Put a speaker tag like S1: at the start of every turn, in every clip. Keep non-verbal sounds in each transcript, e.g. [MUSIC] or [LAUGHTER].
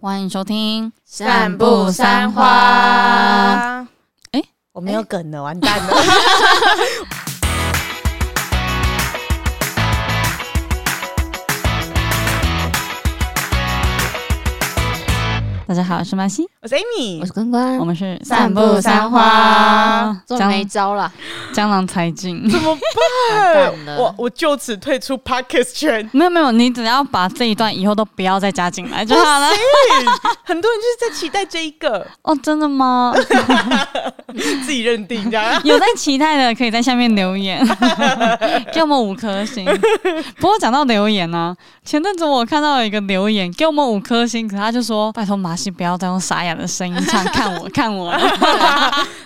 S1: 欢迎收听。
S2: 散步三花。
S1: 诶
S3: 我没有梗了，完蛋了。
S1: 大家好，我是马西，
S3: [LAUGHS] 我是 Amy，
S2: 我是关关
S1: 我，们是
S2: 嗯散步三花终于没
S1: 江
S2: 招 [LAUGHS] 了，
S1: 江郎才尽。
S3: 怎么
S2: 完蛋
S3: 办？
S2: 了
S3: 我我就此退出 Podcast 圈。
S1: [LAUGHS] 没有没有，你只要把这一段以后都不要再加进来就好
S2: [LAUGHS]
S1: 了。
S3: [LAUGHS] 很多人就是在期待这一个，
S1: 哦，真的
S2: [LAUGHS]
S1: 吗？
S3: 自己认定这 [LAUGHS] 样。
S1: 有在期待的可以在下面留
S2: [LAUGHS]
S1: 言，给我们五颗星。不过讲到留言呢、前阵子我看到有一个留言给我们五颗星，可他就说拜托马西不要再用沙哑的声音唱看我看我了，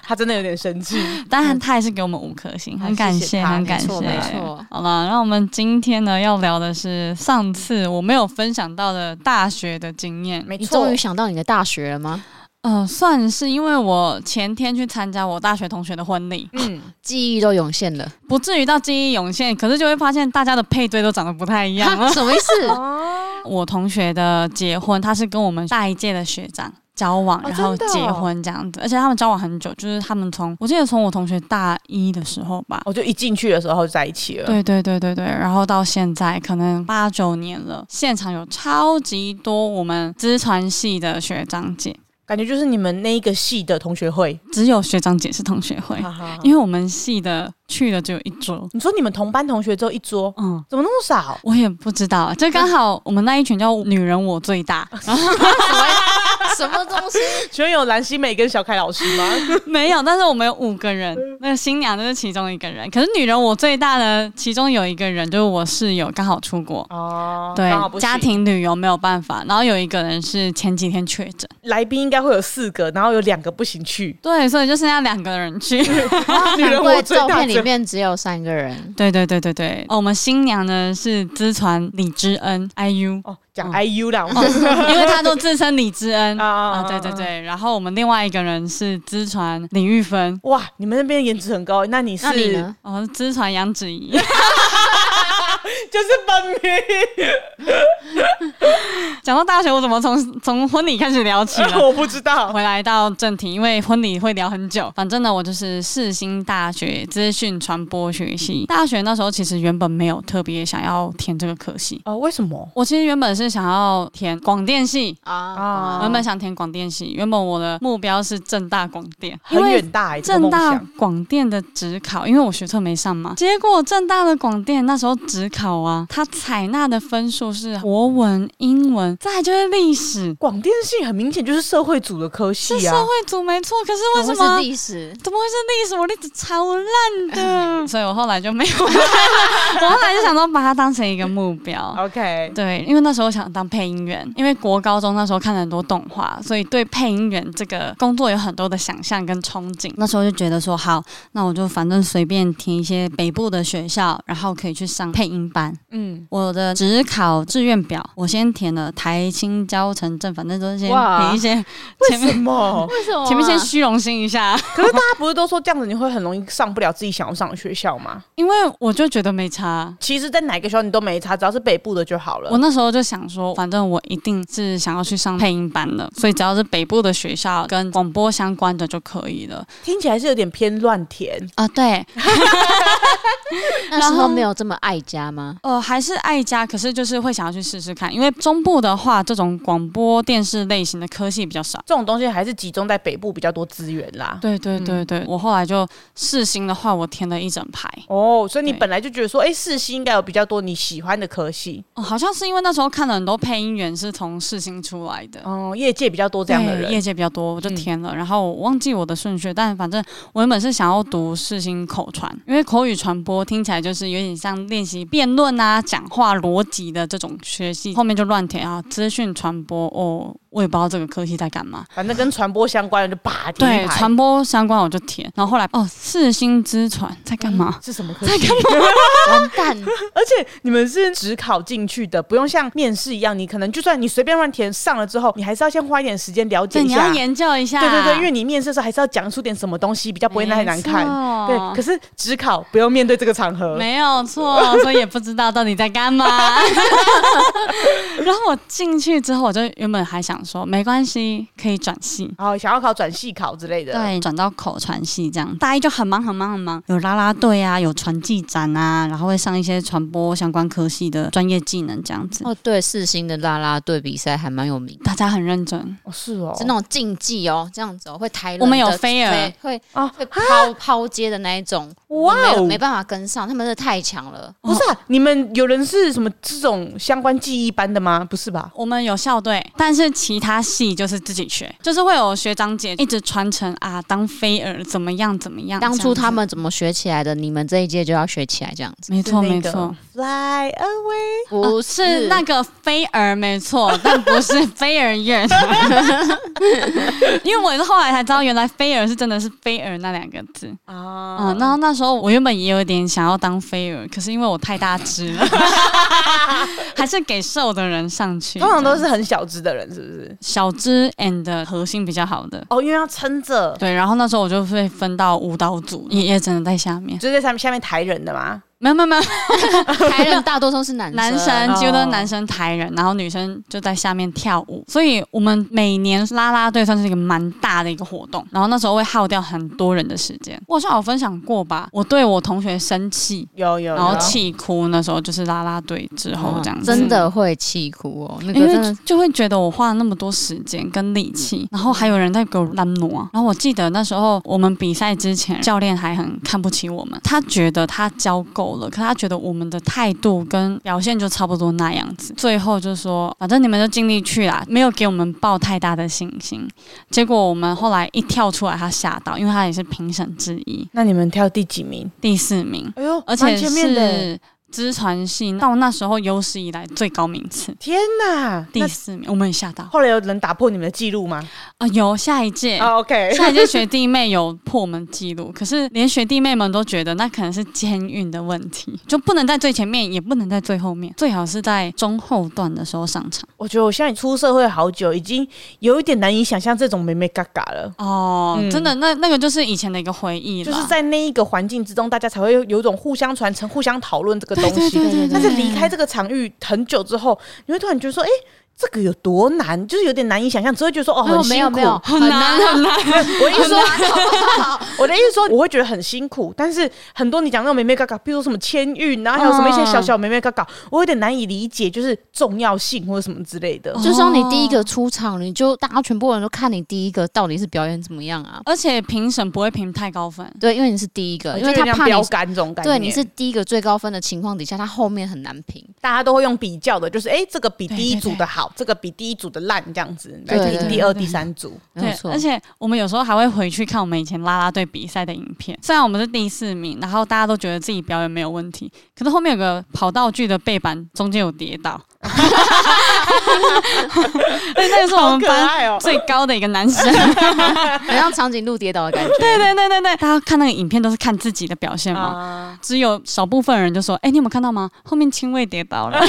S3: 他真的有点生气，
S1: 当然他也是给我们五颗星，很
S3: 好
S1: 感
S3: 嗯谢谢
S1: 谢，
S3: 他
S1: 很
S2: 没
S1: 感谢，
S2: 错没错
S1: 好了，那我们今天呢要聊的是上次我没有分享到的大学的经验。
S3: 没
S2: 你终于想到你的大学了吗？
S1: 嗯、算是因为我前天去参加我大学同学的婚礼，
S3: 嗯，
S2: [LAUGHS] 记忆都涌现 [LAUGHS] 了，
S1: 不至于到记忆涌现，可是就会发现大家的配对都长得不太一样
S2: 哈
S1: 了。
S2: [LAUGHS] 什么意思？
S3: 哦，
S1: [LAUGHS] 我同学的结婚，他是跟我们大一届的学长交往，
S3: 哦
S1: 然后
S3: 真的哦
S1: 结婚这样子，而且他们交往很久，就是他们从我记得从我同学大一的时候吧。
S3: 我就一进去的时候就在一起了。
S1: 对对对对对，然后到现在可能八九年了，现场有超级多我们资传系的学长姐，
S3: 感觉就是你们那一个系的同学会，
S1: 只有学长姐是同学会，
S3: 哈哈
S1: 因为我们系的去的只有一桌，
S3: 你说你们同班同学只有一桌，
S1: 嗯，
S3: 怎么那么 [LAUGHS] 少？
S1: 我也不知道，就刚好我们那一群叫“女人我最
S3: [LAUGHS]
S1: 大
S2: 什么 [LAUGHS] 东西？
S3: 请问有蓝心美跟小凯老师吗？”，
S1: 没有，但是我们有五个人，
S3: 嗯
S1: 那个新娘就是其中一个人。可是“女人我最大”呢，其中有一个人就是我室友，刚好出国。
S3: 哦
S1: 对
S3: 刚好不，行
S1: 家庭旅游没有办法，然后有一个人是前几天确诊，
S3: 来宾应该会有四个，然后有两个不行去。
S1: 对，所以就剩下两个人
S3: [LAUGHS]
S1: 去。
S3: 女人
S2: 难
S3: 我
S2: 怪
S3: 最
S2: 照
S3: 大
S2: 片
S3: 只
S2: 里面只有三个人，
S1: 对对对对对，哦我们新娘呢是资传李知恩 IU，
S3: 哦，讲
S2: 嗯
S3: IU 啦，我
S2: [LAUGHS]
S1: 因为她都自称李知恩
S2: 哦
S3: 啊
S1: 啊，对对，对。然后我们另外一个人是资传李玉芬，
S3: 哇，你们那边颜值很高，那你是
S2: 那你呢？
S1: 哦，资传杨子怡。 [LAUGHS]
S3: 就是本名，
S1: 讲到大学，我怎么从从婚礼开始聊起了？
S2: [LAUGHS]
S3: 我不知道。
S1: 回来到正题，因为婚礼会聊很久。反正呢，我就是世新大学资讯传播学系。大学那时候其实原本没有特别想要填这个科系，
S3: 哦，为什么？
S1: 我其实原本是想要填广电系，
S2: 啊
S1: 原
S3: 哦
S1: 本想填广电系，原本我的目标是正大广电，
S3: 很远大哎，这个
S1: 正
S3: 梦
S1: 大
S3: 想
S1: 广电的职考，因为我学测没上嘛，结果正大的广电那时候职考啊，它采纳的分数是国文、英文，再来就是历史，
S3: 广电系很明显就是社会组的科
S1: 是
S3: 系
S1: 社
S3: 啊
S1: 会。组没错，可是为
S2: 怎
S1: 什
S2: 么
S1: 么
S2: 是？历史？
S1: 怎么会是历史？我历史超
S3: [LAUGHS]
S1: 烂的，所以我后来就没有 [LAUGHS] 看了。我后来就想说把它当成一个目标。
S3: OK，
S1: 对，因为那时候想当配音员，因为国高中那时候看了很多动画，所以对配音员这个工作有很多的想象跟憧憬。那时候就觉得说，好，那我就反正随便填一些北部的学校，然后可以去上配音班。
S3: 嗯，
S1: 我的职考志愿表，我先填了台青交城镇，反正都是先
S2: 哇
S1: 填一些
S3: 为
S1: 前
S3: 什
S1: 面
S3: 么？啊
S2: 为什么
S1: 前面先虚荣心一下，
S3: 大家不是都说这样子你会很容易上不了自己想要上的学校吗？
S1: 因为我就觉得没差。啊
S3: 其实，在哪个学校你都没差，只要是北部的就好了
S1: 我。那时候就想说，反正我一定是想要去上配音班的，所以只要是北部的学校跟广播相关的就可以了。
S3: 听起来是有点偏乱填，
S1: 啊，对，
S2: 那时候没有这么爱家吗？
S1: 呃，还是爱家，可是就是会想要去试试看，因为中部的话，这种广播电视类型的科系比较少。
S3: 这种东西还是集中在北部比较多资源啦。
S1: 对对对对，嗯我后来就试新的话，我填了一整排。
S3: 哦，所以你
S1: 对
S3: 本来就觉得说，哎，世新应该有比较多你喜欢的科系，
S1: 哦，好像是因为那时候看了很多配音员是从试新出来的，
S3: 哦，业界比较多这样的
S1: 对
S3: 人。
S1: 业界比较多，我就
S3: 嗯
S1: 填了。然后我忘记我的顺序，但反正我原本是想要读世新口传，因为口语传播听起来就是有点像练习辩论啊、讲话逻辑的这种学系，后面就乱填啊，资讯传播哦，我也不知道这个科系在干嘛。
S3: 反正跟传播相关的就把
S1: 对，
S3: 一排
S1: 传播相关我就填，然后后来哦，世新之传在干嘛？
S3: 是什么科
S1: 在
S3: 系？
S1: 干嘛？
S2: 完蛋，
S3: 而且你们是只考进去的，不用像面试一样，你可能就算你随便乱填上了之后，你还是要先花一点时间了解
S1: 对，
S3: 一
S1: 你要
S3: 下。
S1: 研究一下。
S3: 对对对，因为你面试的时候还是要讲出点什么东西，比较不会太难看。对，可
S1: 是
S3: 是只考不用面对这个场合，
S1: 哦没有 [LAUGHS] 错，所以也 [LAUGHS] 不知道到底在干嘛。然后我进去之后，我就原本还想想说没关系，可以转系。
S3: 然后想要考转系考之类的，，
S1: 对，转到口传系这样，大一就很忙很忙很忙，有啦啦队啊，有传技展啊，然后会上一些传播相关科系的专业技能这样子，
S2: 哦，对，四星的啦啦队比赛还蛮有名的，
S1: 大家很认真。
S3: 哦是哦，
S2: 是那种竞技哦，这样子哦，会抬轮的，
S1: 我们有飞儿
S2: 对会
S3: 哦
S2: 会抛抛接的那一种，我
S3: 哇
S2: 没有
S3: 哦
S2: 没，办法跟上，他们真的太强了。
S3: 不是啊，你们有人是什么这种相关记忆班的吗？不是吧？
S1: 我们有校队，但是其他系就是自己学，就是会有学长姐一直传承啊，当飞儿怎么样怎么样。
S2: 当初
S1: 这样子
S2: 他们怎么学起来的？你们这一届就要学起来，这样
S1: [LAUGHS]
S2: 子
S1: 没错
S3: 是那
S1: 没
S3: 个
S1: 错，
S3: ，Fly away，
S2: 不
S1: 是那个飞儿没错，但不是飞儿
S3: [LAUGHS]
S1: 乐团，因为我也是后来才知道，原来飞儿是真的是飞儿那两个字。
S3: 啊
S1: 嗯，然后那时候我原本也有点想要当飞儿，可是因为我太大只
S3: [LAUGHS]
S1: 了，还是给瘦的人上去。
S3: 通常都是很小只的人，是不是？
S1: 小只 and 核心比较好的。
S3: 哦，因为要撑着，
S1: 对，然后那时候我就被分到舞蹈组，也也只能在下面。
S3: 就是在上面下面抬人的嘛。
S1: 没有没有没有，
S2: 台人大多都是男
S1: 男生
S2: 生
S1: 几乎都是
S3: 哦
S1: 男生抬人，然后女生就在下面跳舞。所以我们每年啦啦队算是一个蛮大的一个活动，然后那时候会耗掉很多人的时间。我好像有分享过吧，我对我同学生气，
S3: 有有，
S1: 然后
S3: 有
S1: 气哭，那时候就是啦啦队之后哦这样子。
S2: 哦真的会气哭哦，那
S1: 因
S2: 个真
S1: 为
S2: 的嗯
S1: 就会觉得我花了那么多时间跟力气，然后还有人在给我拦挪。啊然后我记得那时候我们比赛之前，教练还很看不起我们，他觉得他教够了，可他觉得我们的态度跟表现就差不多那样子。最后就说，反正你们就尽力去啦，没有给我们抱太大的信心。结果我们后来一跳出来，他吓到，因为他也是评审之一，
S3: 那你们跳第几名？
S1: 第四名，
S3: 哎呦，
S1: 而且
S3: 蛮前面的，
S1: 是资传系到那时候有史以来最高名次。
S3: 天
S2: 啊
S3: 哪！
S1: 第
S3: 那
S1: 四名，我们也吓到。
S3: 后来有人打破你们的记录吗？
S1: 啊，有下一
S2: 哎
S1: 届。
S3: 啊，OK，
S1: 下一届学弟妹有破门记录，可是连学弟妹们都觉得那可能是监运的问题，就不能在最前面，也不能在最后面，最好是在中后段的时候上场。
S3: [LAUGHS] 我觉得我现在出社会好久，已经有一点难以想象这种美美嘎嘎了。
S1: 哦，
S3: 嗯
S1: 真的，那那个就是以前的一个回忆
S3: 就
S1: 了。
S3: 是在那一个环境之中，大家才会有一种互相传承、互相讨论这个东西。
S2: 对对对
S3: 但是离开这个场域很久之后，你会突然觉得说，哎、这个有多难，就是有点难以想象，只会觉得说，哦，很辛
S2: 没有
S3: 苦。
S2: 没有
S1: 很难很难，
S3: 我的意思
S2: 啊
S3: 说，我的意思说，我会觉得很辛苦，但是很多你讲那种美美嘎嘎，比如说什么签运，然后还有什么一些小小美美嘎嘎，我有点难以理解，就是重要性或者什么之类的。
S2: 就像你第一个出场，你就大家全部人都看你第一个到底是表演怎么样啊？
S1: 而且评审不会评太高分。
S2: 对，因为你是第一个，因为
S3: 就
S2: 他
S3: 有点像
S2: 怕你
S3: 标杆这种感觉，
S2: 对你是第一个最高分的情况底下，他后面很难评。
S3: 大家都会用比较的，就是哎、诶这个比
S1: 对
S3: 第一
S1: 对
S3: 组
S1: 对
S3: 的好，这个比第一组的烂，这样子来
S2: 对对
S3: 评
S2: 对
S3: 第二、
S1: 对
S3: 第三组。
S2: 没
S1: 对
S2: 有，错
S1: 而，且我们有时候还会回去看我们以前啦啦队比赛的影片。虽然我们是第四名，然后大家都觉得自己表演没有问题，可是后面有个跑道具的背板中间有跌倒，对，那个是我们班
S3: 爱哦
S1: 最高的一个男生。
S2: 很像长颈鹿跌倒的感觉。
S1: [LAUGHS] 对对对对对，大家看那个影片都是看自己的表现嘛。
S3: 啊！
S1: 只有少部分人就说：“哎、你有没有看到吗？后面轻微跌倒了。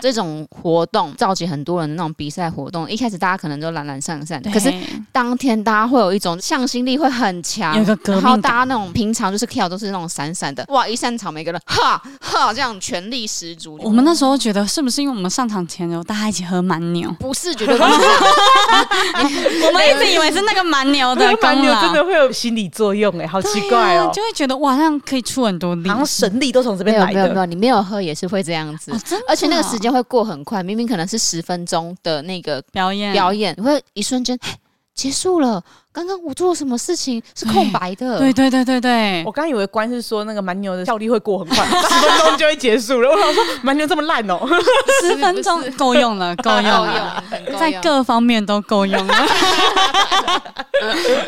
S2: 这种活动召集很多人的那种比赛活动，一开始大家可能就懒懒散散的，
S1: 对”
S2: 可是当天大家会有一种向心力会很强
S1: 有一，个革
S2: 然后
S1: 命
S2: 大
S1: 感，
S2: 家那种平常就是跳都是那种闪闪的，哇，一上场每个人哈哈这样全力十足。
S1: 我们那时候觉得是不是因为我们上场前有大家一起喝蛮牛？
S2: 不是绝对不是这样，
S1: [LAUGHS] 我们一直以为是那个蛮牛的
S3: 蛮
S1: 功
S3: 牛
S1: 劳，
S3: 真的会有心理作用哎、好
S1: 对
S3: 奇怪
S1: 呀
S3: 哦、
S1: 就会觉得哇，好像可以出很多力
S3: 好。像神力都从这
S2: 没
S3: 边
S2: 有
S3: 来
S2: 没有没
S3: 的。
S2: 有，你没有喝也是会这样子
S1: 哦，真的
S2: 而且那个时
S1: 哦
S2: 间会过很快，明明可能是十分钟的那个
S1: 表演
S2: 表演，你会一瞬间哎结束了，刚刚我做了什么事情是空白的，
S1: 对对对对对
S3: 我，刚以为关是说那个蛮牛的效力会过 [LAUGHS] 很快，十分钟就会结束了。我想说蛮牛这么烂哦、
S1: 十分钟够用
S2: [LAUGHS]
S1: 了，够用了，
S2: 用
S1: 在各方面都够用了。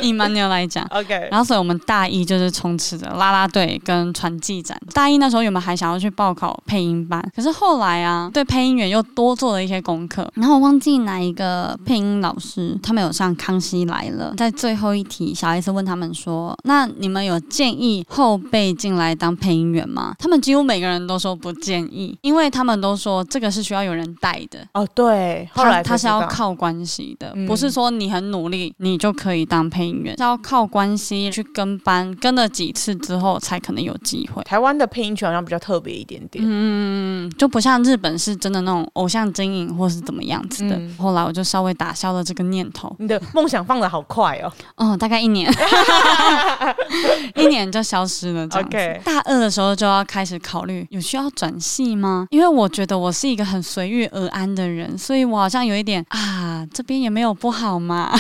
S1: 以蛮牛来讲。
S3: [LAUGHS] OK，
S1: 然后，所以我们大一就是充斥着啦啦队跟传记展。大一那时候，原本还想要去报考配音班，可是后来啊，对配音员又多做了一些功课。然后我忘记哪一个配音老师，他们有上《康熙来了》，在最后一题，小 S 问他们说：“那你们有建议后辈进来当配音员吗？”他们几乎每个人都说不建议，因为他们都说这个是需要有人带的。
S3: 哦，对，后
S1: 他
S3: 来
S1: 他
S3: 才
S1: 是
S3: 知
S1: 要
S3: 道
S1: 靠关系的，
S3: 嗯
S1: 不是说你很努力你就可以当配音员，是要靠关系去跟班，跟了几次之后才可能有机会。
S3: 台湾的配音圈好像比较特别一点点。
S1: 嗯，就不像日本是真的那种偶像经营或是怎么样子的。
S3: 嗯
S1: 后来我就稍微打消了这个念头，
S3: 你的梦想放的好快哦，
S1: 嗯，大概一年，一年就消失了这样子。
S3: OK
S1: 大二的时候就要开始考虑有需要转系吗？因为我觉得我是一个很随遇而安的人，所以我好像有一点啊，这边也没有不好嘛，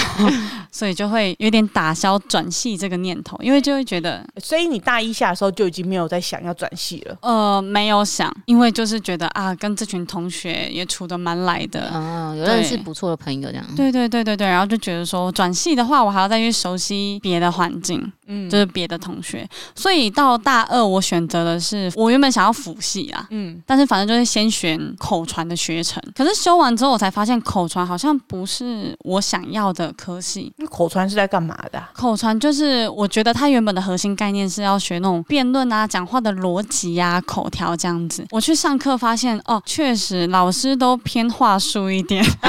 S1: 所以就会有点打消转系这个念头，因为就会觉得
S3: 所以你大一下的时候就已经没有在想要转系了。
S1: 呃没有想，因为就是觉得啊，跟这群同学也处得蛮来的，
S2: 嗯，有
S1: 对
S2: 认识不错的朋友这样。
S1: 对对对对对，然后就觉得说转系的话，我还要再去熟悉别的环境，
S3: 嗯
S1: 嗯，就是别的同学。所以到大二，我选择的是我原本想要辅系啦，
S3: 嗯，
S1: 但是反正就是先选口传的学程。可是修完之后，我才发现口传好像不是我想要的科系。
S3: 那口传是在干嘛的啊、
S1: 口传就是我觉得它原本的核心概念是要学那种辩论啊、讲话的逻辑啊、口条这样子。我去上课发现，哦，确实老师都偏话术一点。 [LAUGHS]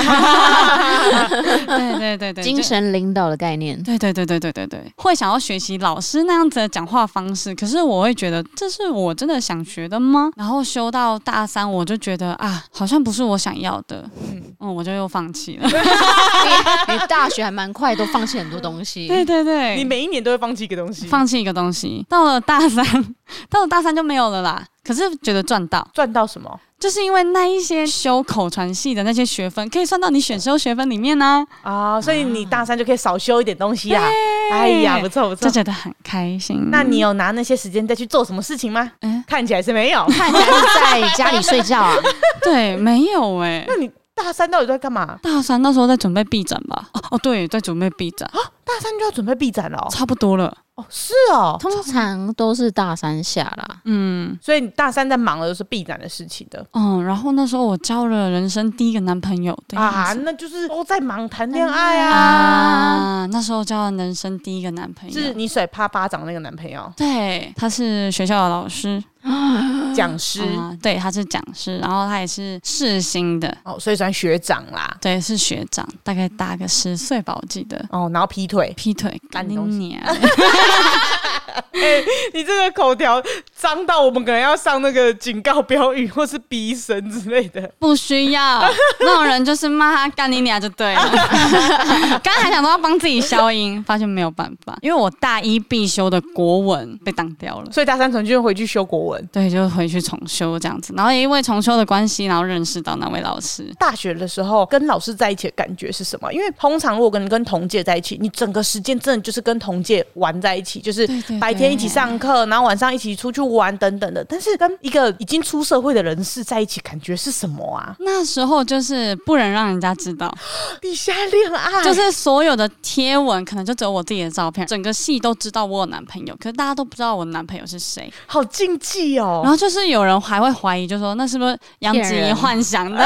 S1: 对对对对，
S2: 精
S1: 就
S2: 神领导的概念，
S1: 对对对对对对对，会想要学习老师那样子的讲话方式，可是我会觉得这是我真的想学的吗？然后修到大三，我就觉得啊，好像不是我想要的，
S3: 嗯
S1: 嗯，我就又放弃了。
S2: 你哎大学还蛮快，都放弃很多东
S1: [LAUGHS]
S2: 西。。
S1: 对对对，
S3: 你每一年都会放弃一个东西，
S1: 放弃一个东西，到了大三， [LAUGHS] 到了大三就没有了啦。可是觉得赚到，
S3: 赚到什么
S1: 就是因为那一些修口传系的那些学分，可以算到你选修学分里面呢、
S3: 啊？所以你大三就可以少修一点东西啊。哎呀，不错不
S1: 就
S3: 错。
S1: 觉得很开心。
S3: 那你有拿那些时间再去做什么事情吗？
S1: 哎
S3: 看起来是没有
S2: 看起来是在家里睡觉
S1: [LAUGHS]
S2: 啊，
S1: 对没有哎、
S3: 那你大三到底在干嘛？
S1: 大三那时候在准备 B 展吧？哦哦，对，在准备 B 展，
S3: 大三就要准备毕展了哦。
S1: 差不多了。
S3: 哦，是哦。
S2: 通常都是大三下啦。
S1: 嗯
S3: 所以你大三在忙的都是毕展的事情的
S1: 嗯，然后那时候我交了人生第一个男朋友的
S3: 啊
S1: 样，子
S3: 那就是都在忙谈恋爱啊。
S1: 啊，那时候交了人生第一个男朋
S3: 是
S1: 友，
S3: 你甩啪巴掌那个男朋友，
S1: 对，他是学校的老师，
S3: 讲师
S1: 啊对，他是讲师，然后他也是世新的，
S3: 哦，所以算学长啦。
S1: 对，是学长，大概大个十岁吧，我记得。
S3: 哦，然后劈腿，
S1: 劈腿
S3: 干
S1: 干
S3: 你
S1: 你
S3: 东西
S1: 娘！
S3: [LAUGHS]
S1: [LAUGHS]
S3: 你这个口条脏到我们可能要上那个警告标语或是逼声之类的。
S1: 不需要那种人，就是骂他干你娘就对
S3: [LAUGHS]
S1: 了。刚才还想说要帮自己消音，发现没有办法，因为我大一必修的国文被挡掉了。
S3: 所以大三重就回去修国文。
S1: 对，就回去重修这样子，然后也因为重修的关系，然后认识到那位老师。
S3: 大学的时候跟老师在一起的感觉是什么？因为通常如果跟跟同届在一起，你整个时间真的就是跟同届玩在一起，就是
S1: 对对
S3: 白天一起上课，然后晚上一起出去玩等等的。但是跟一个已经出社会的人士在一起，感觉是什么啊？
S1: 那时候就是不能让人家知道，
S3: 地下恋爱
S1: 就是所有的贴文可能就只有我自己的照片，整个系都知道我有男朋友，可是大家都不知道我男朋友是谁。
S3: 好禁忌哦
S1: 然。后就是有人还会怀疑，就说那是不是杨
S2: 骗
S1: 子怡
S2: 人
S1: 幻想的？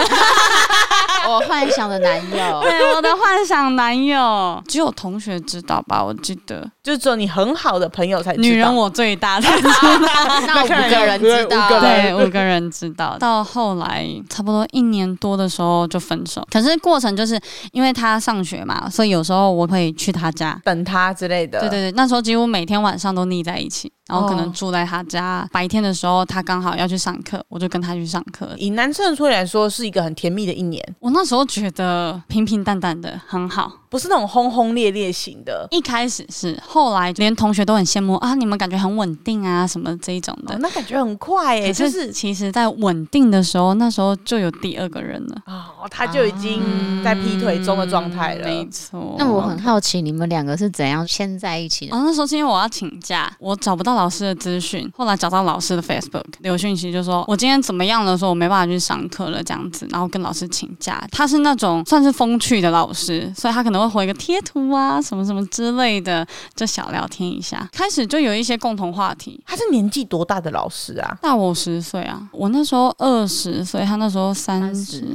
S2: 我幻想的男友，
S3: 哦
S1: [LAUGHS] 对，我的幻想男友只有同学知道吧？我记得
S3: 就只有你很好的朋友才知道。
S1: 女人我最大的，
S2: 那五个人知
S3: 五个
S2: [LAUGHS] 道，
S1: 对，五个人知道。到后来差不多一年多的时候就分手，可是过程就是因为他上学嘛，所以有时候我会去他家。
S3: 等他之类的。
S1: 对对对，那时候几乎每天晚上都腻在一起，然后可
S3: 哦
S1: 能住在他家。白天的时候，他刚好要去上课，我就跟他去上课。
S3: 以男生的处理来说，是一个很甜蜜的一年，
S1: 我那时候觉得平平淡淡的很好，
S3: 不是那种轰轰烈烈型的。
S1: 一开始是，后来连同学都很羡慕啊，你们感觉很稳定啊，什么这一种的。
S3: 哦、那感觉很快哎、
S1: 可
S3: 就是
S1: 其实，在稳定的时候，那时候就有第二个人了，
S3: 哦，他就已经在劈腿中的状态了。
S1: 没错。
S2: 那我很好奇，你们两个是怎样先在一起的？
S1: 哦，那时候是因为我要请假，我找不到老师的资讯，后来找到老师的 Facebook 留讯息，就说我今天怎么样了，说我没办法去上课了这样子，然后跟老师请假。他是那种算是风趣的老师，所以他可能会回个贴图啊什么什么之类的，就小聊天一下，开始就有一些共同话题。
S3: 他是年纪多大的老师啊？
S1: 大我十岁啊，我那时候二十岁，他那时候三十
S2: 30，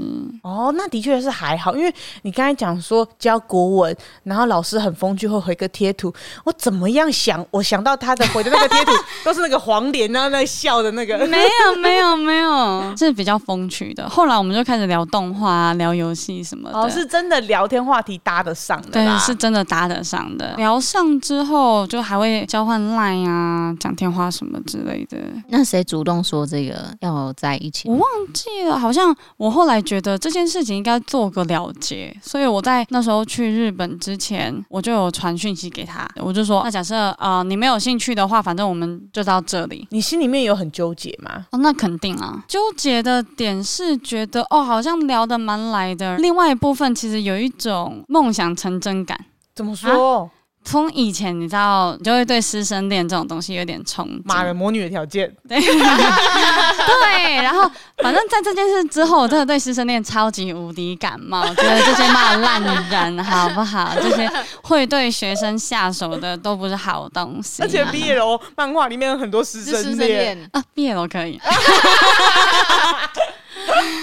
S3: 哦，那的确是还好，因为你刚才讲说教国文，然后老师很风趣，会回个贴图。我怎么样想，我想到他的回的那个贴图都是那个黄脸，然后那个笑的那个。
S1: 没有没有没有， [LAUGHS] 是比较风趣的。后来我们就开始聊动画、啊、聊游戏什么的。
S3: 哦，是真的聊天话题搭得上的啦。
S1: 对，是真的搭得上的。聊上之后，就还会交换 line 啊、讲电话什么之类的。
S2: 那谁主动说这个要在一起？
S1: 我忘记了，好像我后来觉得这件事情应该做个了结，所以我在那时候去日本之前，我就有传讯息给他，我就说，那假设呃你没有兴趣的话，反正我们就到这里。
S3: 你心里面有很纠结吗？
S1: 哦，那肯定啊。纠结的点是觉得哦，好像聊得蛮来的。另外一部分其实有一种梦想成真感。
S3: 怎么说？
S1: 从以前你知道，你就会对师生恋这种东西有点憧憬。
S3: 马人魔女的条件，
S1: 对， [LAUGHS] 对，然后反正在这件事之后，我真的对师生恋超级无敌感冒，觉得这些骂烂人啊好不好？这些会对学生下手的都不是好东西、
S3: 而且 BL 漫画里面有很多师
S2: 是师
S3: 生
S2: 生
S3: 恋，
S2: 恋，
S1: 啊，毕业了可以，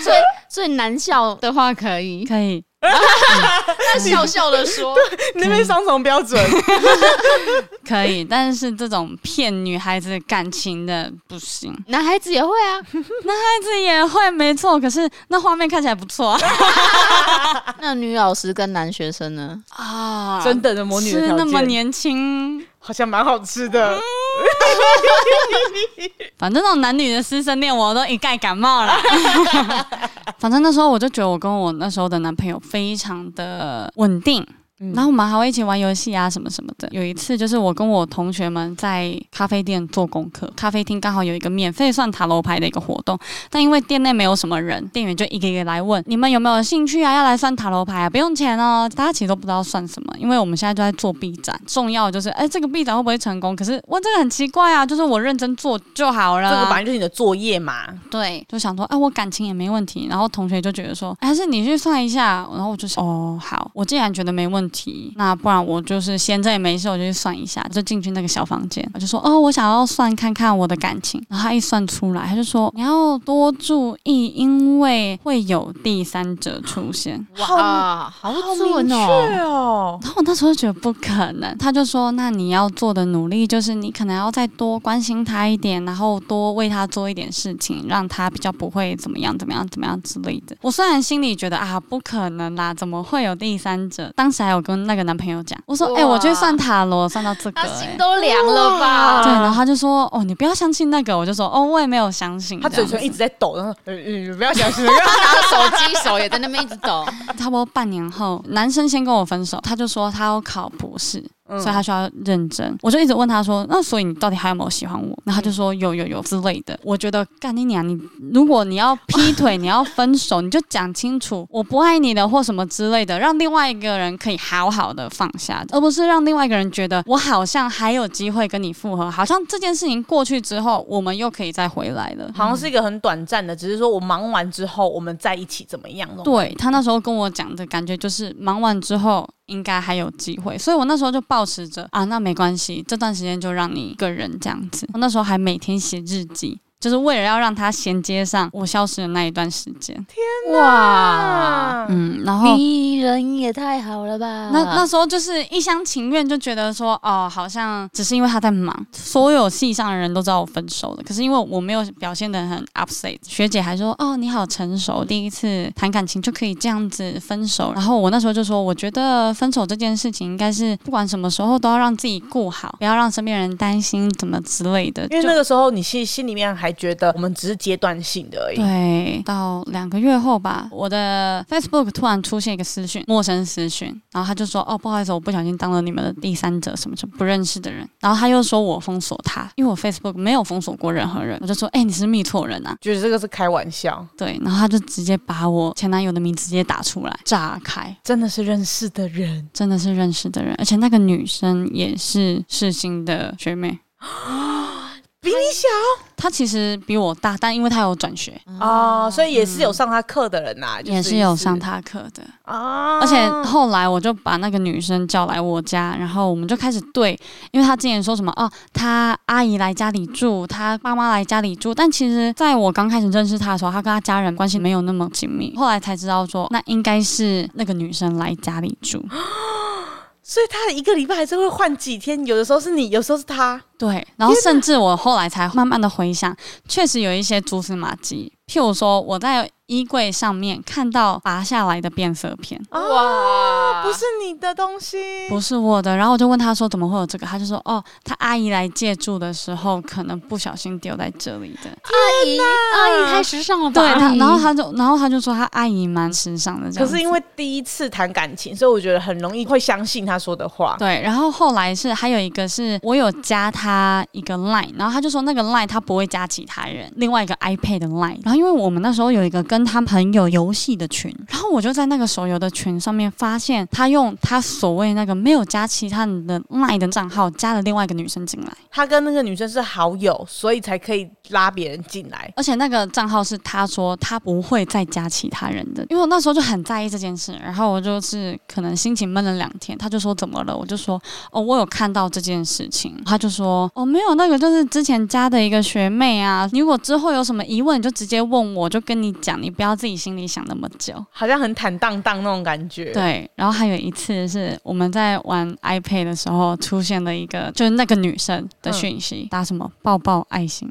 S2: 最最难笑的话可以，
S1: 可以，
S2: [LAUGHS] 那笑笑的说，
S3: 你那边双重标准。
S1: 可以，但是这种骗女孩子感情的不行，
S2: 男孩子也会啊，
S1: 孩子也会没错，可是那画面看起来不错啊，
S2: 啊那女老师跟男学生呢？
S1: 啊
S3: [LAUGHS] 真的的魔女的条
S1: 是
S3: 件，
S1: 那么年轻。
S3: 好像蛮好吃的。
S1: 反正那种男女的师生恋，我都一概感
S3: [LAUGHS]
S1: 冒了。反正那时候我就觉得我跟我那时候的男朋友非常的稳定。
S3: 嗯
S1: 然后我们还会一起玩游戏啊，什么什么的。有一次就是我跟我同学们在咖啡店做功课，咖啡厅刚好有一个免费算塔罗牌的一个活动，但因为店内没有什么人，店员就一个一个来问你们有没有兴趣啊，要来算塔罗牌啊，不用钱哦。大家其实都不知道算什么，因为我们现在就在做 B 展，重要的就是哎这个 B 展会不会成功？可是哇这个很奇怪啊，就是我认真做就好了
S3: 这
S1: 啊。
S3: 个本来就是你的作业嘛，
S1: 对，就想说，哎、我感情也没问题。然后同学就觉得说，哎还是你去算一下。然后我就想，哦，好，我既然觉得没问题，那不然我就是闲着也没事，我就去算一下。就进去那个小房间，我就说，哦，我想要算看看我的感情。然后他一算出来，他就说，你要多注意，因为会有第三者出现。
S2: 哇，好准
S3: 好明确
S2: 哦，
S3: 哦。
S1: 然后我那时候就觉得不可能，他就说：“那你要做的努力就是你可能要再多关心他一点，然后多为他做一点事情，让他比较不会怎么样怎么样怎么样之类的。”我虽然心里觉得啊不可能啦，怎么会有第三者？当时还有跟那个男朋友讲，我说：“哎、
S2: 哇
S1: 我去算塔罗，算到这个、
S2: 他
S1: 欸
S2: 心。”都凉了吧？
S1: 对，然后他就说：“哦，你不要相信那个。”我就说：“哦，我也没有相信。”
S3: 他
S1: 这
S3: 嘴
S1: 样子
S3: 唇一直在抖，然后嗯嗯，不要小
S1: [LAUGHS]
S3: 心。
S2: 他拿着手机，手也在那边一直抖。
S1: 差不多半年后，男生先跟我分手，他就说他要考博士，
S3: 嗯
S1: 所以他需要认真。我就一直问他说：“那所以你到底还有没有喜欢我？”然后他就说：“有有有之类的。”我觉得干你娘！你如果你要劈腿，你要分手，你就讲清楚，我不爱你了或什么之类的，让另外一个人可以好好的放下，而不是让另外一个人觉得我好像还有机会跟你复合，好像这件事情过去之后，我们又可以再回来了。
S3: 好像是一个很短暂的，只是说我忙完之后我们在一起怎么样那种？
S1: 对他那时候跟我讲的感觉就是忙完之后应该还有机会，所以我那时候就保持着啊，那没关系，这段时间就让你一个人这样子。我那时候还每天写日记。就是为了要让他衔接上我消失的那一段时间，
S2: 哇，
S3: 啊，
S1: 嗯，然后
S2: 你人也太好了吧？
S1: 那那时候就是一厢情愿，就觉得说哦，好像只是因为他在忙，所有系上的人都知道我分手了，可是因为我没有表现的很 upset，学姐还说哦你好成熟，第一次谈感情就可以这样子分手。然后我那时候就说，我觉得分手这件事情应该是不管什么时候都要让自己顾好，不要让身边人担心怎么之类的。
S3: 因为
S1: 就
S3: 那个时候你心心里面还觉得我们只是阶段性的而已。
S1: 对，到两个月后吧，我的 Facebook 突然出现一个私讯，陌生私讯，然后他就说：“哦，不好意思，我不小心当了你们的第三者，什么什么不认识的人。”然后他又说我封锁他，因为我 Facebook 没有封锁过任何人。我就说：“哎、你是密错人啊
S3: 觉得这个是开玩笑，！”
S1: 对，然后他就直接把我前男友的名字直接打出来，炸开，
S3: 真的是认识的人，
S1: 真的是认识的人，而且那个女生也是世新的学妹。
S3: 比你小
S1: 他其实比我大，但因为他有转学，
S3: 哦，所以也是有上他课的人啊呐、
S1: 嗯
S3: 就
S1: 也是有上他课的。
S3: 啊，
S1: 而且后来我就把那个女生叫来我家，然后我们就开始对，因为她之前说什么哦，她阿姨来家里住，她爸妈来家里住，但其实在我刚开始认识她的时候，她跟她家人关系没有那么紧密，后来才知道说那应该是那个女生来家里住，
S3: 所以他一个礼拜还是会换几天，有的时候是你，有时候是他。
S1: 对，然后甚至我后来才慢慢的回想，确实有一些蛛丝马迹，譬如说我在衣柜上面看到拔下来的变色片。
S2: 啊哇，
S3: 啊不是你的东西，
S1: 不是我的，然后我就问他说怎么会有这个，他就说哦，他阿姨来借住的时候可能不小心丢在这里 [LAUGHS] 的。
S2: 阿姨，阿姨太时尚了吧？
S1: 对，他
S2: 阿姨
S1: 然后他就然后他就说他阿姨蛮时尚的这
S3: 可
S1: 样子。
S3: 是因为第一次谈感情，所以我觉得很容易会相信他说的话。
S1: 对，然后后来是还有一个是我有加他一个 line，然后他就说那个 line 他不会加其他人，另外一个 iPad 的 line。然后因为我们那时候有一个跟他朋友游戏的群，然后我就在那个手游的群上面发现他用他所谓那个没有加其他人的 line 的账号加了另外一个女生进来。
S3: 他跟那个女生是好友，所以才可以拉别人进来。
S1: 而且那个账号是他说他不会再加其他人的，因为我那时候就很在意这件事，然后我就是可能心情闷了两天，他就说怎么了，我就说哦我有看到这件事情，他就说哦没有那个就是之前加的一个学妹啊，如果之后有什么疑问你就直接问我，就跟你讲，你不要自己心里想那么久。
S3: 好像很坦荡荡那种感觉。，
S1: 对，然后还有一次是我们在玩 iPad 的时候出现了一个，就是那个女生的讯息，打什么抱抱爱心，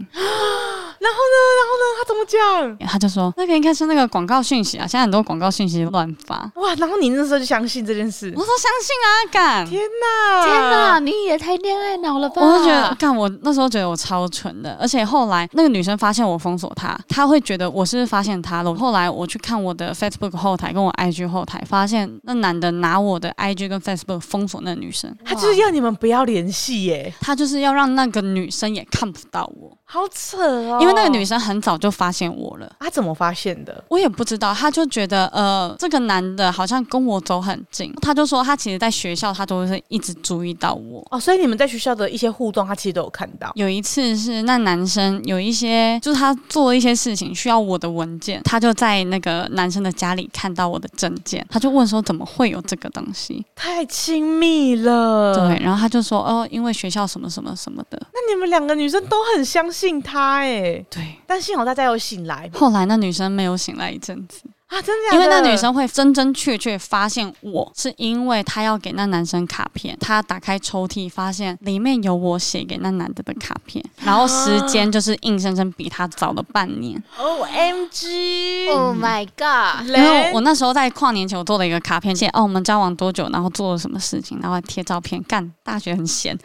S3: 他怎么讲？
S1: 他就说那个应该是那个广告讯息啊，现在很多广告讯息乱发，
S3: 哇！然后你那时候就相信这件事
S1: 我，说相信啊，干。
S3: 天哪！
S2: 天哪，！你也太恋爱脑了吧？
S1: 我就觉得，干我那时候觉得我超蠢的，而且后来那个女生发现我封锁她，她会觉得我是发现她了。后来我去看我的 Facebook 后台跟我 IG 后台，发现那男的拿我的 IG 跟 Facebook 封锁那个女生，
S3: 他就是要你们不要联系耶，
S1: 他就是要让那个女生也看不到我，
S3: 好扯哦！
S1: 因为那个女生很早就发现我了。
S3: 他怎么发现的？
S1: 我也不知道，他就觉得呃，这个男的好像跟我走很近，他就说他其实在学校他都是一直注意到我。
S3: 哦，所以你们在学校的一些互动，他其实都有看到。
S1: 有一次是那男生有一些，就是他做一些事情需要我的文件，他就在那个男生的家里看到我的证件，他就问说怎么会有这个东西？
S3: 太亲密了，
S1: 对，然后他就说哦，因为学校什么什么什么的。
S3: 那你们两个女生都很相信他哎，
S1: 对，
S3: 但幸好大家有醒来
S1: 后来那女生没有醒来一阵子，
S3: 啊，真的假
S1: 因
S3: 的
S1: 为那女生会真真确确发现我是因为她要给那男生卡片，她打开抽屉发现里面有我写给那男的的卡片，然后时
S2: 啊
S1: 间就是硬生生比他早了半年。
S3: O M G，
S2: ，Oh my God，
S1: 因为我那时候在跨年前我做了一个卡片，写哦我们交往多久，然后做了什么事情，然后还贴照片，干大学很闲，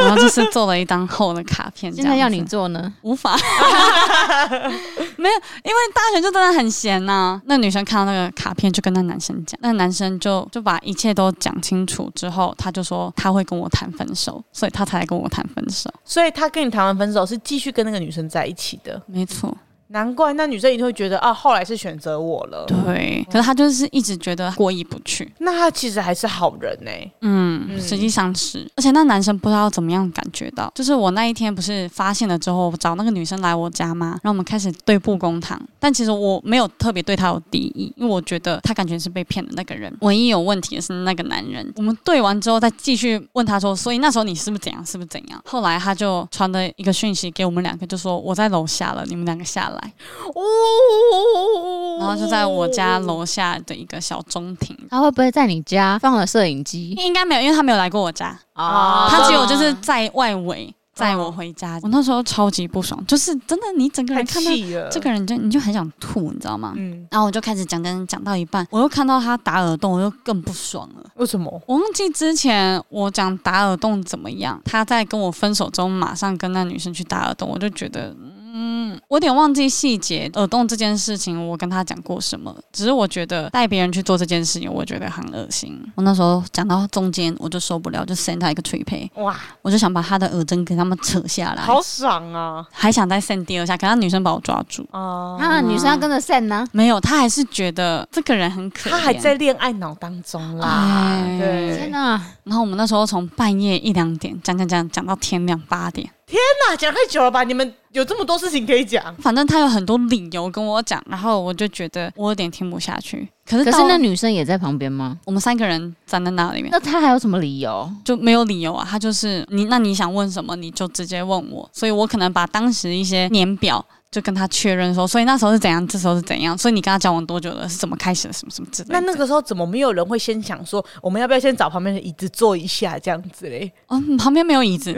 S1: 然后就是做了一张厚的卡片，
S2: [LAUGHS] 现在要你
S1: 做。
S2: 做呢？
S1: 无法，没有，因为大学就真的很闲呐、那女生看到那个卡片，就跟那男生讲，那男生就就把一切都讲清楚之后，他就说他会跟我谈分手，所以他才来跟我谈分手。
S3: 所以他跟你谈完分手是继续跟那个女生在一起的，
S1: 没错，
S3: 难怪那女生一定会觉得啊，后来是选择我了。
S1: 对。可是他就是一直觉得过意不去，
S3: 那他其实还是好人呢、
S1: 嗯，
S3: 嗯
S1: 实际上是。而且那男生不知道怎么样感觉到，就是我那一天不是发现了之后，我找那个女生来我家嘛，然后我们开始对簿公堂。但其实我没有特别对他有敌意，因为我觉得他感觉是被骗的那个人。唯一有问题的是那个男人。我们对完之后再继续问他说，所以那时候你是不是怎样，是不是怎样？后来他就传了一个讯息给我们两个，就说我在楼下了，你们两个下来。
S3: 哦，
S1: 然后就在我家楼下的一个小中庭。
S2: 他会不会在你家放了摄影机？
S1: 应该没有，因为他没有来过我家。
S3: 哦
S1: 他只有就是在外围载我回家。我那时候超级不爽，就是真的，你整个
S3: 太
S1: 人看到
S3: 气了，
S1: 这个人就啊你就很想吐，你知道吗？
S3: 嗯，
S1: 然后我就开始讲讲讲到一半，我又看到他打耳洞，我又更不爽了。
S3: 为什么？
S1: 我忘记之前我讲打耳洞怎么样，他在跟我分手之后马上跟那女生去打耳洞，我就觉得。嗯，我有点忘记细节，耳洞这件事情我跟他讲过什么，只是我觉得带别人去做这件事情，我觉得很恶心。我那时候讲到中间我就受不了，就 send 他一个捶背，
S3: 哇，
S1: 我就想把他的耳针给他们扯下来，
S3: 好爽啊！
S1: 还想再 send 第二下，可是那女生把我抓住，
S3: 哦、
S2: 啊，女生要跟着散呢？
S1: 没有，她还是觉得这个人很可怜。
S3: 他还在恋爱脑当中啦
S1: 哎，
S2: 天
S3: 对。
S2: 哪，
S1: 然后我们那时候从半夜一两点讲讲讲讲到天亮八点，
S3: 那讲太久了吧？你们有这么多事情可以讲。
S1: 反正他有很多理由跟我讲，然后我就觉得我有点听不下去。可是
S2: 可
S1: 到
S2: 是那女生也在旁边吗？
S1: 我们三个人站在那里面
S2: 那她还有什么理由？
S1: 就没有理由啊，他就是你，那你想问什么你就直接问我，所以我可能把当时一些年表。就跟他确认说，所以那时候是怎样，这时候是怎样，所以你跟他交往多久了，是怎么开始的，什么什么之类的。
S3: 那那个时候怎么没有人会先想说，我们要不要先找旁边的椅子坐一下这样子嘞？
S1: 嗯，旁边没有椅
S3: [LAUGHS]
S1: 子，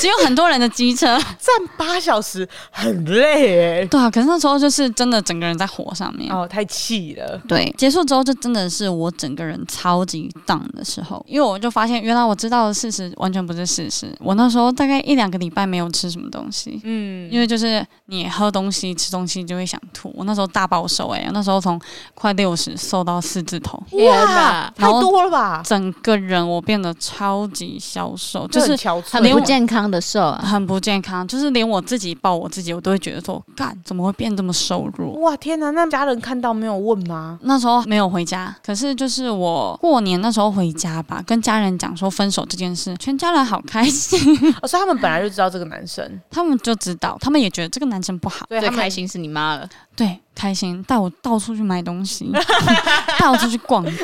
S1: 只有很多人的机车。
S3: 站八小时很累哎、
S1: 对啊，可是那时候就是真的整个人在火上面。
S3: 哦，太气了。
S1: 对，结束之后就真的是我整个人超级 down 的时候，因为我就发现原来我知道的事实完全不是事实。我那时候大概一两个礼拜没有吃什么东西，
S3: 嗯，
S1: 因为就是你喝东西、吃东西你就会想吐。我那时候大暴瘦哎、我那时候从快六十瘦到四字头，
S2: 天啊哪
S3: 太多了吧？
S1: 整个人我变得超级消瘦，就
S3: 这
S1: 是
S3: 很憔
S2: 很
S1: 连
S3: 悴。
S1: 我
S2: 不健康的瘦啊。
S1: 很不健康，就是连我自己抱我自己，我都会觉得说，干怎么会变这么瘦弱？
S3: 哇，天哪！那家人看到没有问吗？
S1: 那时候没有回家，可是就是我过年那时候回家吧，跟家人讲说分手这件事，全家人好开心， [LAUGHS]
S3: 哦，所以他们本来就知道这个男生，
S1: 他们就知道，他们也觉得这个男生不好，
S3: 对
S2: 最
S3: 他
S2: 开
S3: 们
S2: 心是你妈了，
S1: 对，开心带我到处去买东西， [LAUGHS] 带我出去逛街，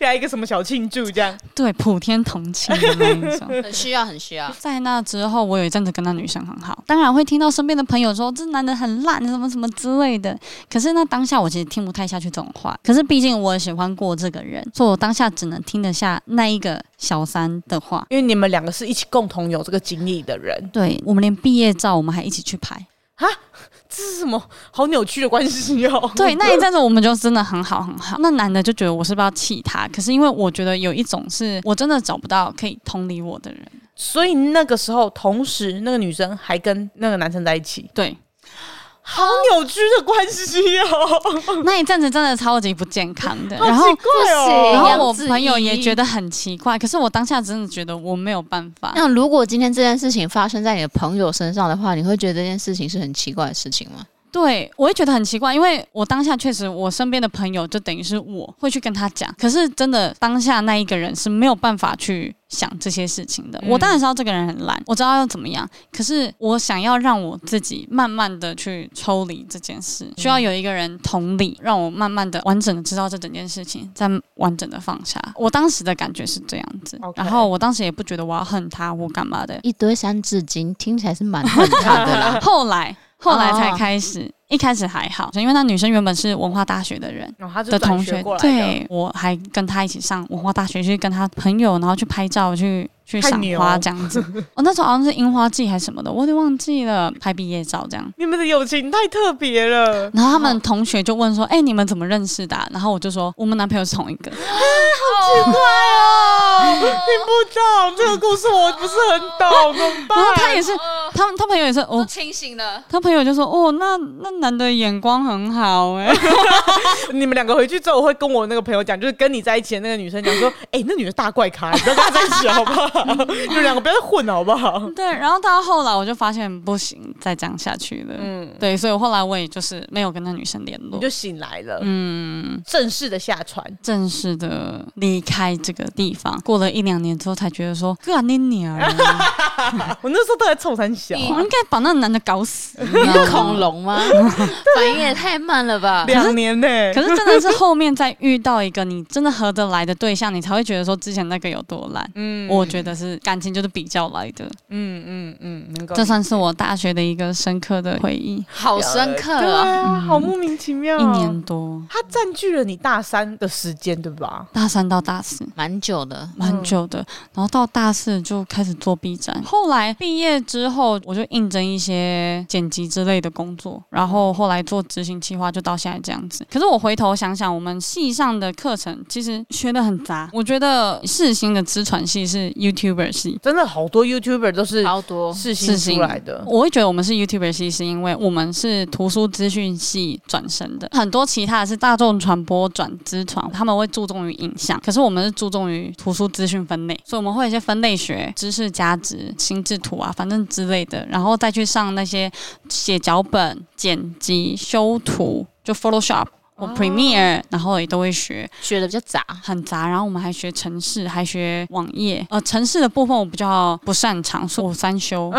S3: 来一个什么小庆祝这样。
S1: 对，普天同庆的那一种。
S2: 很需要，很需 [LAUGHS] 要。
S1: 在那之后，我有一阵子跟那女生很好，当然会听到身边的朋友说这男的很烂，什么什么之类的。可是那当下我其实听不太下去这种话，可是毕竟我也喜欢过这个人，所以我当下只能听得下那一个小三的话。
S3: 因为你们两个是一起共同有这个经历的人，
S1: 对我们连毕业照我们还一起去拍，
S3: 这是什么好扭曲的关系哦？
S1: 对那一阵子我们就真的很好很好。那男的就觉得我是不是要气他？可是因为我觉得有一种是我真的找不到可以同理我的人，
S3: 所以那个时候，同时那个女生还跟那个男生在一起，
S1: 对
S3: 好扭曲的关系哦，
S1: 那一阵子真的超级不健康的。
S3: 好
S1: 然后
S3: 奇怪
S2: 不
S1: 然
S2: 行
S3: 哦。
S1: 后我朋友也觉
S2: 得。
S1: 得很奇怪，可是我当下真的觉得我没有办法。
S2: 那如果今天这件事情发生在你的朋友身上的话，你会觉得这件事情是很奇怪的事情吗？
S1: 对，我会觉得很奇怪，因为我当下确实我身边的朋友就等于是我会去跟他讲，可是真的当下那一个人是没有办法去想这些事情的。
S3: 嗯
S1: 我当然知道这个人很懒，我知道要怎么样，可是我想要让我自己慢慢的去抽离这件事，需要有一个人同理，让我慢慢的完整的知道这整件事情，再完整的放下。我当时的感觉是这样子
S3: OK
S1: 然后我当时也不觉得我要恨他或干嘛的，。
S2: 一堆三字经听起来是蛮混蛋的
S1: [LAUGHS]
S2: 啦 [LAUGHS]
S1: 后来后来才开始，
S3: 哦
S1: 一开始还好，因为那女生原本是文化大学的人。
S3: 然后他就
S1: 的同
S3: 转
S1: 学
S3: 学过，来的，
S1: 对我还跟她一起上文化大学，去跟她朋友，然后去拍照，去去赏
S3: 太牛
S1: 花这样子。我、那时候好像是樱花季还是什么的，我有点忘记了，拍毕业照这样。
S3: 你们的友情太特别了。
S1: 然后他们同学就问说：“哎、你们怎么认识的啊、然后我就说：“我们男朋友是同一个。
S3: 奇怪哦，听不懂这个故事，我不是很懂，怎 [LAUGHS] 么”
S1: 然后他
S3: 办？
S1: 也是，他他朋友也是，哦，
S2: 清醒了，
S1: 他朋友就说：“哦，那那男的眼光很好
S3: [LAUGHS]
S1: 哎、
S3: 你们两个回去之后，我会跟我那个朋友讲，就是跟你在一起的那个女生讲说，哎、那女的大怪咖，你不要跟她在一起好不好？你们两个不要再混了好不好？
S1: 对，然后到后来我就发现不行，再这样下去了。
S3: 嗯，
S1: 对，所以我后来我也就是没有跟那女生联络
S3: 你，就醒来了，
S1: 嗯，
S3: 正式的下船。
S1: 正式的离开这个地方。过了一两年之后，才觉得说，哥你娘啊，
S3: [LAUGHS] 我那时候都在臭三小、
S1: 我应该把那男的搞死。
S2: 你是恐
S3: [LAUGHS]
S2: 龙吗？ [LAUGHS] 反应也太慢了 [LAUGHS] 吧！
S3: 两年呢、
S1: 可是真的是后面再遇到一个你真的合得来的对象，你才会觉得说之前那个有多烂。
S3: 嗯
S1: 我觉得是感情就是比较来的，
S3: 嗯嗯嗯，能够
S1: 这算是我大学的一个深刻的回忆，
S2: 好深刻
S3: 对
S2: 啊！
S3: 啊，好莫名其妙、
S1: 一年，多，
S3: 它占据了你大三的时间，对吧？
S1: 大三到大四。
S2: 蛮久的，
S1: 蛮久的，然后到大四就开始做 B 站，后来毕业之后我就应征一些剪辑之类的工作，然后后来做执行企划，就到现在这样子。可是我回头想想，我们系上的课程其实学的很杂，我觉得世新的资传系是 YouTuber 系。
S3: 真的好多 YouTuber 都是
S2: 超多。
S3: 世
S1: 世
S3: 新
S1: 新
S3: 出来的，
S1: 我会觉得我们是 YouTuber 系，是因为我们是图书资讯系转身的，很多其他的是大众传播转资传，他们会注重于影像，可是我们是注重于图书资讯分类，所以我们会有一些分类学、知识价值、心智图啊，反正之类的，然后再去上那些写脚本、剪辑、修图，就 Photoshop。我 Premiere，、然后也都会学，
S2: 学的比较杂，
S1: 很杂。然后我们还学城市，还学网页。呃，城市的部分我比较不擅长，所以我三
S3: [LAUGHS]
S1: 修，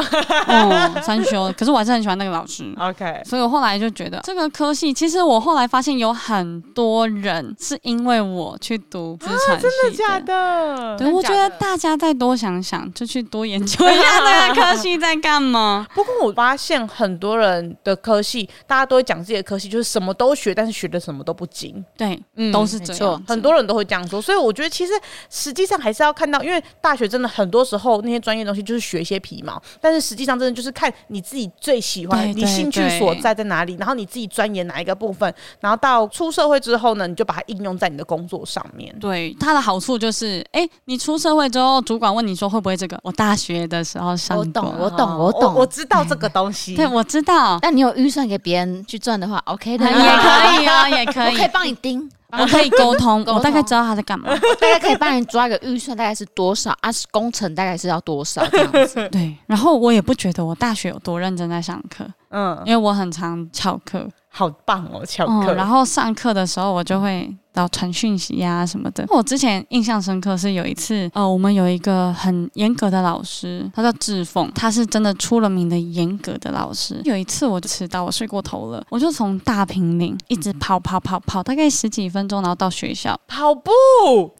S1: 嗯，三修。可是我还是很喜欢那个老师。
S3: OK，
S1: 所以我后来就觉得这个科系，其实我后来发现有很多人是因为我去读资产系、
S3: 啊真的假的？
S1: 对，我觉得大家再多想想，就去多研究一下那个科系在干嘛。
S3: 不过我发现很多人的科系，大家都会讲自己的科系，就是什么都学，但是学的什么都不精。
S1: 对，
S3: 嗯
S1: 都是这样
S2: 没错
S1: 子，
S3: 很多人都会这样说，所以我觉得其实实际上还是要看到，因为大学真的很多时候那些专业东西就是学一些皮毛，但是实际上真的就是看你自己最喜欢、
S1: 对
S3: 你
S1: 对
S3: 兴趣
S1: 对
S3: 所在在哪里，然后你自己钻研哪一个部分，然后到出社会之后呢，你就把它应用在你的工作上面。
S1: 对它的好处就是，哎、你出社会之后，主管问你说会不会这个？我大学的时候上
S2: 我
S1: 过，
S2: 懂，我懂，我
S3: 哦我我
S2: 懂。
S3: 知道这个东西，
S1: [LAUGHS] 对，我知道，
S2: 但你有预算给别人去赚的话，OK [LAUGHS]
S1: [LAUGHS]
S2: 的，啊
S1: 也可以哦，也可
S2: 我
S1: 以
S2: 可以，帮你盯，
S1: 我可以沟通，
S2: 沟通
S1: 我大概知道他在干嘛。
S2: 大概可以帮你抓一个预算，大概是多少啊？工程大概是要多少这
S1: [LAUGHS]
S2: 样子？
S1: 对，然后我也不觉得我大学有多认真在上课，
S3: 嗯，
S1: 因为我很常翘课，
S3: 好棒哦，巧克
S1: 嗯，
S3: 力。
S1: 然后上课的时候我就会到传讯息呀、什么的。我之前印象深刻是有一次，呃，我们有一个很严格的老师，他叫志凤，他是真的出了名的严格的老师。有一次我就迟到，我睡过头了，我就从大平岭一直跑跑跑跑，大概十几分钟，然后到学校。
S3: 跑步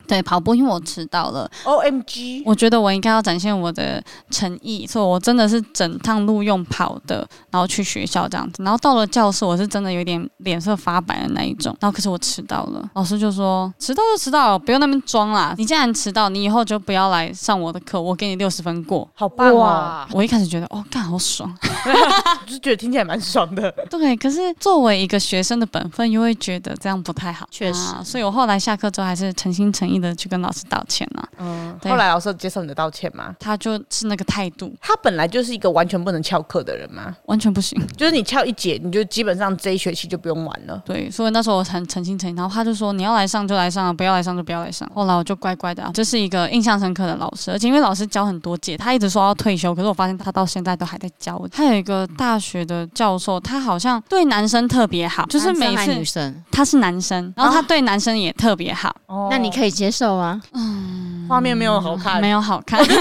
S1: 对，跑步，因为我迟到了，
S3: ，O M G，
S1: 我觉得我应该要展现我的诚意，所以我真的是整趟路用跑的，然后去学校这样子，然后到了教室，我是真的有点脸色发白的那一种。然后可是我迟到了，老师就说迟到就迟到了，不用那边装啦。你既然迟到，你以后就不要来上我的课，我给你六十分过。
S3: 好棒哦，！
S1: 我一开始觉得哦，干好爽，
S3: 就是觉得听起来蛮爽的。
S1: 对。可是作为一个学生的本分，又会觉得这样不太好，
S2: 确实
S1: 啊所以我后来下课之后，还是诚心诚意的去跟老师道歉了、
S3: 嗯，
S1: 对
S3: 后来老师有接受你的道歉吗？
S1: 他就是那个态度，
S3: 他本来就是一个完全不能翘课的人吗？
S1: 完全不行。
S3: 就是你翘一节，你就基本上这一学期就不用玩了。
S1: 对，所以那时候我很诚心诚意，然后他就说你要来上就来上，啊不要来上就不要来上。后来我就乖乖的、啊，这是一个印象深刻的老师，而且因为老师教很多届，他一直说要退休，可是我发现他到现在都还在教。还有一个大学的教授，他好像对男生特别好，就是每
S2: 男生哦还
S1: 次
S2: 女生，
S1: 他是男生，然后他
S3: 啊
S1: 对男生也特别好，
S3: 哦
S2: 那你可以接受啊？
S3: 画面没有好看，
S1: 没有好看，
S3: [LAUGHS] 你看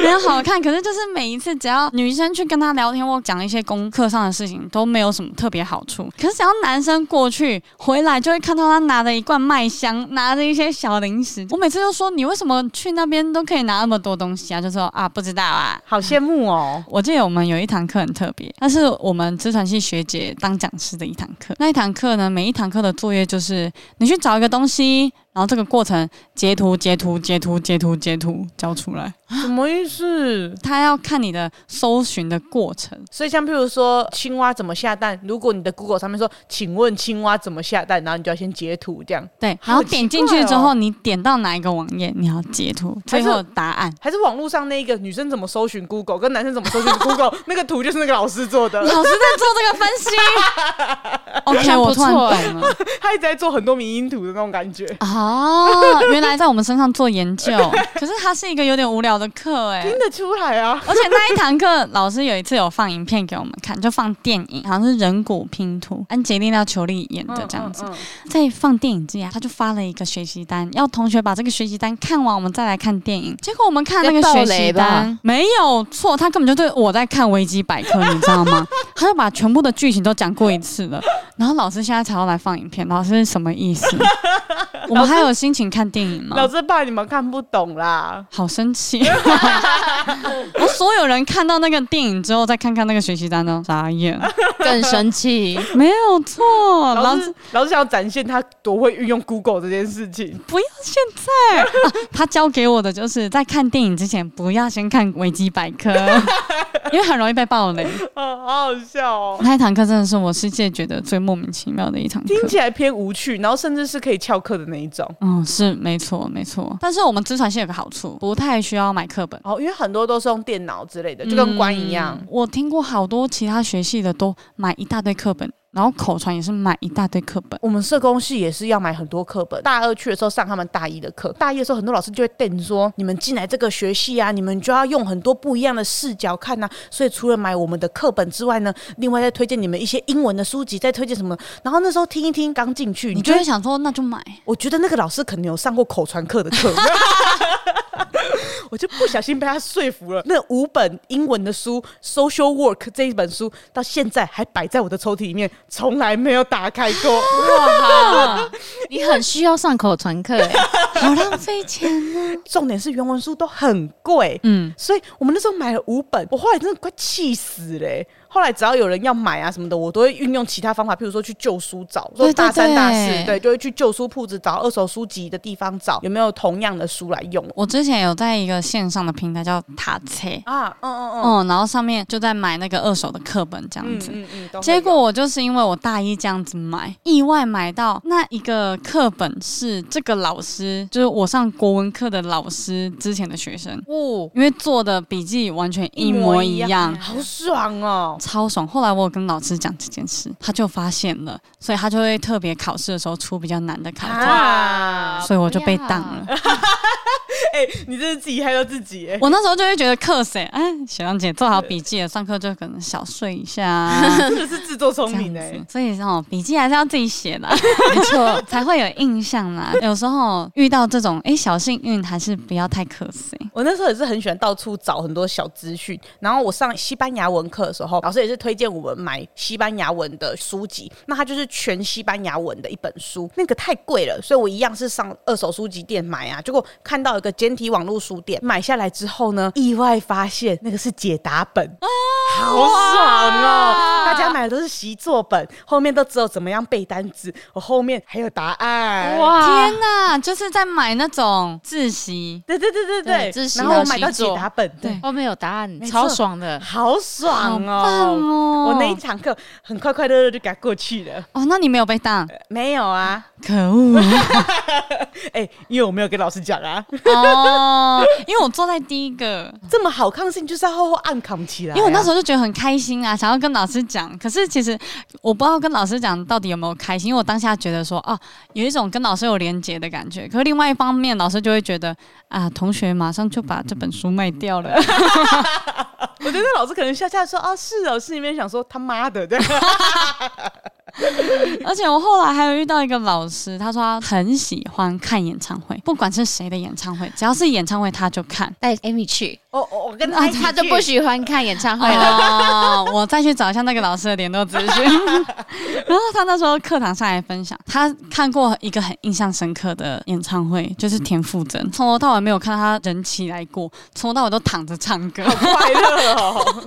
S1: 没有好看，可是就是每一次只要女生去跟他聊天或讲一些功课上的事情，都没有什么特别好处。可是只要男生过去回来，就会看到他拿着一罐麦香，拿着一些小零食。我每次就说你为什么去那边都可以拿那么多东西啊？就说啊不知道啊。
S3: 好羡慕哦。
S1: 我记得我们有一堂课很特别，那是我们资传系学姐当讲师的一堂课。那一堂课呢，每一堂课的作业就是你去找一个东西，然后这个过程截图、截图、截图、截图、截图交出来。
S3: 什么意思？
S1: 他要看你的搜寻的过程。
S3: 所以像譬如说青蛙怎么下蛋，如果你的 Google 上面说“请问青蛙怎么下蛋”，然后你就要先截图这样，
S1: 对，
S3: 好
S1: 然后点进
S3: 奇
S1: 去
S3: 怪哦
S1: 之后，你点到哪一个网页，你要截图
S3: 还是
S1: 最后答
S3: [LAUGHS]
S1: 案。
S3: 还是网络上那一个女生怎么搜寻 Google 跟男生怎么搜寻 [LAUGHS] Google 那个图就是那个老师做的，
S1: 老师在做这个分析
S3: [LAUGHS]
S1: ，OK，
S2: 像不
S1: 我突然
S2: 错欸
S1: 懂了。
S3: 他一直在做很多迷因图的那种感觉。
S1: 哦，原来在我们身上做研
S3: [LAUGHS]
S1: 究，可是它是一个有点无聊的课哎、
S3: 听得出来啊，
S1: 而且那一堂课，老师有一次有放影片给我们看，就放电影，好像是人骨拼图，安吉丽娜·裘丽演的这样子。
S3: 嗯嗯嗯
S1: 在放电影之前，他就发了一个学习单，要同学把这个学习单看完，我们再来看电影。结果我们看那个学习
S2: 要爆雷
S1: 单，没有错，他根本就对我在看维基百科，你知道吗？他就把全部的剧情都讲过一次了。然后老师现在才要来放影片，老师是什么意思？我们还有心情看电
S3: [LAUGHS]
S1: 影吗？
S3: 老师怕你们看不懂啦。
S1: 好生气！我所有人看到那个电影之后，再看看那个学习单呢，傻眼，
S2: [LAUGHS] 更生气，
S1: 没有错，嗯老
S3: 老
S1: 师
S3: 师，老师想要展现他多会运用 Google 这件事情。 [LAUGHS]
S1: 不要现在、啊他教给我的就是在看电影之前，不要先看维基百
S3: [LAUGHS]
S1: 科，因为很容易被暴雷。
S3: 啊，好好笑哦！
S1: 那一堂课真的是我世界觉得最莫名其妙的一堂课。
S3: 听起来偏无趣，然后甚至是可以翘课的那一种。
S1: 哦嗯，是没错没错，但是我们资传系有个好处，不太需要买课本。嗯
S3: 哦，因为很多都是用电脑之类的，就跟关一样。
S1: 我听过好多其他学系的都买一大堆课本，然后口传也是买一大堆课本。
S3: 我们社工系也是要买很多课本。大二去的时候上他们大一的课，大一的时候很多老师就会瞪说：“你们进来这个学系啊，你们就要用很多不一样的视角看呐、啊所以除了买我们的课本之外呢，另外再推荐你们一些英文的书籍，再推荐什么。然后那时候听一听，刚进去，
S1: 你就
S3: 就会
S1: 会想说，那就买。
S3: 我觉得那个老师可能有上过口传课的课，我就不小心被他说服了。那五本英文的书《Social Work》这一本书，到现在还摆在我的抽屉里面，从来没有打开过。
S1: 哇，
S2: 你很需要上口传课、欸，
S1: 好浪费钱啊！
S3: 重点是原文书都很贵，
S1: 嗯，
S3: 所以我们那时候买了五本，我后来真的快气死嘞、欸后来只要有人要买啊什么的，我都会运用其他方法，譬如说去旧书找，
S1: 对
S3: 说大三
S1: 对
S3: 大四，
S1: 对
S3: 对，就会去旧书铺子找二手书籍的地方找有没有同样的书来用
S1: [LAUGHS] 我之前有在一个线上的平台叫塔车，
S3: 啊，嗯嗯嗯，
S1: 嗯，然后上面就在买那个二手的课本这样子。
S3: 嗯嗯嗯
S1: 结果我就是因为我大一这样子买，意外买到那一个课本是这个老师，就是我上国文课的老师之前的学生，
S3: 哦，
S1: 因为做的笔记完全一模一
S2: 一模
S1: 样
S2: 一样。
S3: 好爽哦，
S1: 超爽！后来我有跟老师讲这件事，他就发现了，所以他就会特别考试的时候出比较难的考卷，
S3: 啊
S1: 所以我就被当了。
S3: [LAUGHS] 哎、你这是自己害到自己欸耶、
S1: 我那时候就会觉得克谁？哎，小杨姐做好笔记了，上课就可能小睡一下啊，
S3: 真的是 [LAUGHS] 自作聪
S1: 这样
S3: 明
S1: 子
S3: 哎、。
S1: 所以哦，笔记还是要自己写的， [LAUGHS]
S2: 没错。
S1: 才会有印象 [LAUGHS] 啦。有时候遇到这种哎小幸运，还是不要太克谁。
S3: 我那时候也是很喜欢到处找很多小资讯，然后我上西班牙文课的时候，老师也是推荐我们买西班牙文的书籍，那它就是全西班牙文的一本书，那个太贵了，所以我一样是上二手书籍店买啊，结果看到一个简体网络书店，买下来之后呢，意外发现那个是解答本。
S2: 啊
S3: 好爽哦！大家买的都是习作本，后面都只有怎么样背单词，我后面还有答案。
S1: 啊
S3: 哇！
S2: [LAUGHS] 哇，
S1: 天哪，就是在买那种自习，
S3: 对对对对对，
S2: 对这是
S3: 然后我买
S2: 习
S3: 到解
S2: 作
S3: 答本，对
S1: 对
S2: 后哦面有答案，
S3: 错
S2: 超爽的。
S3: 好
S1: 好
S3: 爽哦！
S1: 棒哦！
S3: 我那一堂课很快快乐乐就给它过去了。
S1: 哦，那你没有被当，
S3: 没有啊，
S1: 可 [LAUGHS] 恶
S3: [LAUGHS] 哎、因为我没有跟老师讲啊。
S1: 哦！因为我坐在第一个，
S3: [LAUGHS] 这么好抗性就是要厚厚暗扛起来啊、
S1: 因为我那时候就觉得很开心啊，想要跟老师讲，可是其实我不知道跟老师讲到底有没有开心，因为我当下觉得说，哦，有一种跟老师有连结的感觉，可是另外一方面，老师就会觉得啊，同学马上就把这本书卖掉了， [LAUGHS]
S3: 我觉得老师可能笑笑说：“哦，是哦，是。”里面想说他妈的，对， [LAUGHS]
S1: 而且我后来还有遇到一个老师，他说他很喜欢看演唱会，不管是谁的演唱会，只要是演唱会他就看。
S2: 带 Amy 去，
S3: 我哦 [LAUGHS] 我我跟他
S2: 啊，
S3: 一起
S2: 他就
S3: 去
S2: 不喜欢看演唱会了。
S1: [LAUGHS] 哦，我再去找一下那个老师的联络资讯。 [LAUGHS] 然后他那时候课堂上来分享，他看过一个很印象深刻的演唱会，就是田馥甄，从头到尾没有看他人起来过，从头到尾都躺着唱歌。 [LAUGHS]
S3: 快乐哦， [LAUGHS]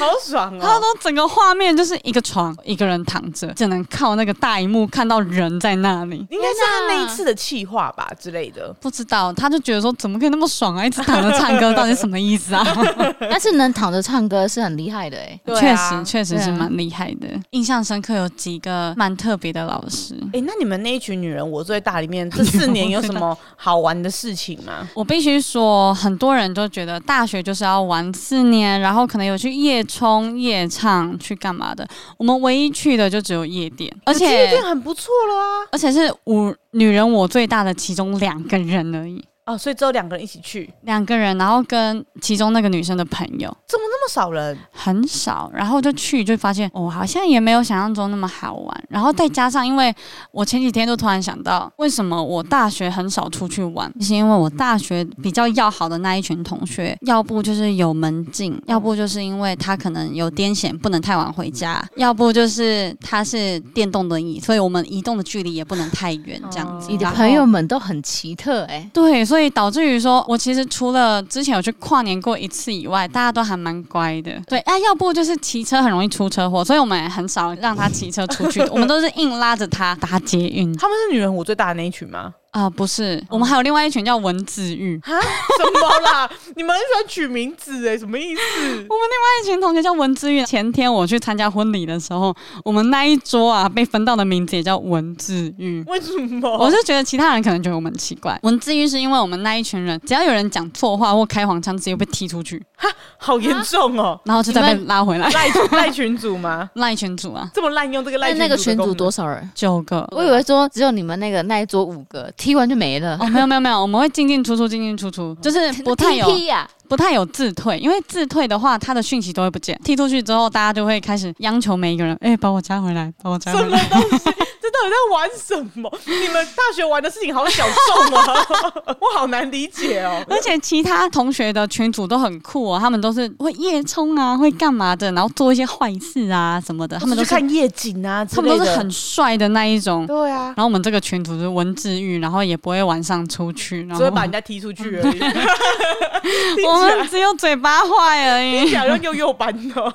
S3: 好爽
S1: 他
S3: 哦。
S1: 都整个画面就是一个床，一个人躺着，只能靠那个大荧幕看到人在那里。
S3: 应该是他那
S2: 天
S3: 一
S2: 哪
S3: 次的气话吧之类的。
S1: 不知道，他就觉得说怎么可以那么爽啊，一直躺着唱歌，到底什么意思啊？
S2: 但是能躺着唱歌是很厉害的哎、
S3: 对
S1: [LAUGHS] 确
S3: 啊
S1: 实，确实是
S2: 对啊
S1: 蛮厉害的。印象深刻有几个蛮特别的老师，
S3: 哎、那你们那一群女 [LAUGHS] 人我最大里面，这四年有什么好玩的事情吗？
S1: 我必须说，很多人都觉得大学就是要玩四年，然后可能有去夜冲、夜唱、去干嘛的。我们唯一去的就只有夜店，而
S3: 我觉得这
S1: 且
S3: 样很不错了啊。
S1: 而且是五女人我最大的其中两个人而已，
S3: 哦，所以只有两个人一起去，
S1: 两个人，然后跟其中那个女生的朋友
S3: 怎么那么少人？
S1: 很少，然后就去就发现哦，好像也没有想象中那么好玩。然后再加上，因为我前几天就突然想到，为什么我大学很少出去玩，是因为我大学比较要好的那一群同学，要不就是有门禁，要不就是因为他可能有癫痫，不能太晚回家，要不就是他是电动轮椅，所以我们移动的距离也不能太远，这样子。
S2: 哦你的
S1: 然后
S2: 朋友们都很奇特哎、
S1: 对，所以导致于说，我其实除了之前有去跨年过一次以外，大家都还蛮乖的。对啊，要不就是骑车很容易出车祸，所以我们也很少让他骑车出去，我们都是硬拉着他搭捷运。 [LAUGHS]
S3: 他们是女人我最大的那一群吗？
S1: 啊、不是，我们还有另外一群叫文字狱，
S3: 啊？什么啦？你们很喜欢取名字哎、什么意思？
S1: 我们另外一群同学叫文之玉。前天我去参加婚礼的时候，我们那一桌啊被分到的名字也叫文之玉。
S3: 为什
S1: 我
S3: 么？
S1: 是觉得其他人可能觉得我们很奇怪，文字狱是因为我们那一群人，只要有人讲错话或开黄腔，直接被踢出去，
S3: 好严重哦、
S1: 然后就再被
S2: 你
S1: 拉回来。
S3: 赖赖群主吗？
S1: 赖群主啊，
S3: 这么滥用这个赖
S2: 那
S3: 群
S2: 那个群主
S3: 主的功
S2: 多少人？
S1: 九
S3: [LAUGHS]
S1: 个。
S2: 我以为说只有你们那个那一桌五个，踢完就没了。
S1: 哦，没有没有没有，我们会进进出出，进进出
S3: 哦
S1: 出，就是不太有
S2: TP 呀、
S1: 不太有自退，因为自退的话，他的讯息都会不见。踢出去之后，大家就会开始央求每一个人，哎、把我加回来，把我加回
S3: 能什
S1: 来。
S3: 么东西？这到底在玩什么？你们大学玩的事情好小众啊，
S1: [LAUGHS]
S3: 我好难理解哦、
S1: [LAUGHS] 而且其他同学的群组都很酷哦，他们都是会夜冲啊，会干嘛的，然后做一些坏事啊什么的，他们都
S3: 去
S1: 是
S3: 看夜景啊之
S1: 他
S3: 类
S1: 们
S3: 的，
S1: 都是很帅的那一种。
S3: 对啊，
S1: 然后我们这个群组就是文字狱，然后也不会晚上出去，然后
S3: 只
S1: 嗯
S3: 会把人家踢出去而已。 [LAUGHS]
S1: 我们只有嘴巴坏而已。
S3: 想让幼幼班
S1: [LAUGHS]
S3: 哦，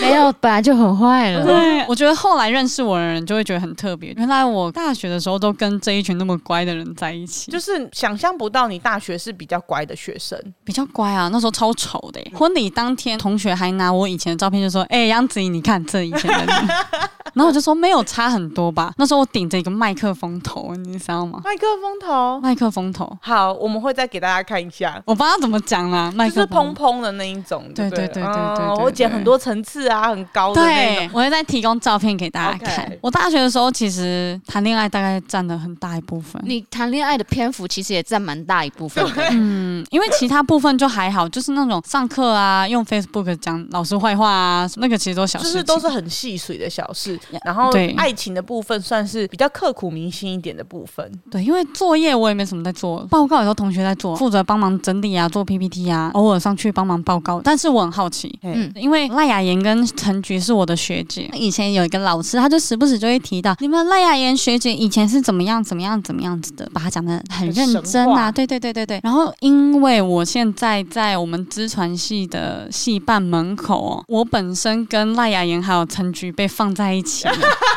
S2: 没有，本来就很坏 [LAUGHS] 了。
S1: 对，我觉得后来认识我的人就会觉得很特别。原来我大学的时候都跟这一群那么乖的人在一起，就
S3: 就是想象不到你大学是比较乖的学生，
S1: 比较乖啊。那时候超丑的耶，婚礼当天同学还拿我以前的照片就说：“哎、杨子怡，你看这以前的你。” [LAUGHS] 然后我就说：“没有差很多吧。”那时候我顶着一个麦克风头，你知道吗？
S3: 麦克风头。
S1: 麦克风头，
S3: 好，我们会再给大家看一下。
S1: 我不知道怎么讲啦，麦
S3: 就是
S1: 克
S3: 蓬
S1: 风。
S3: 蓬的那一种，
S1: 对
S3: 对
S1: 对
S3: 不
S1: 对对
S3: 嗯
S1: 对对对
S3: 我剪很多层次啊，很高的那
S1: 对
S3: 种，。
S1: 我会再提供照片给大家看。
S3: OK
S1: 我大学的时候其实谈恋爱大概占了很大一部分，
S2: 你谈恋爱的篇幅其实也占蛮大一部分的。
S1: 嗯，因为其他部分就还好，就是那种上课啊，用 Facebook 讲老师坏话啊，那个其实都小
S3: 就
S1: 事情，
S3: 是都是很细碎的小事
S1: 呀，
S3: 然后
S1: 对
S3: 爱情的部分算是比较刻骨铭心一点的部分。
S1: 对，因为作业我也没什么在做，报告有时候同学在做，负责帮忙整理啊，做 PPT 啊，偶尔上去帮忙报告。但是我很好奇，
S3: 嗯
S2: 嗯，
S1: 因为赖雅妍跟陈菊是我的学姐，以前有一个老师，他就时不时就会提到你们赖雅妍学姐以前是怎么样怎么样怎么样子的，把她讲的很认真
S3: 很神
S1: 啊，
S3: 话
S1: 对对对对对。然后因为我现在在我们资传系的系办门口哦，我本身跟赖雅妍还有陈菊被放在一
S3: [LAUGHS]
S1: 起了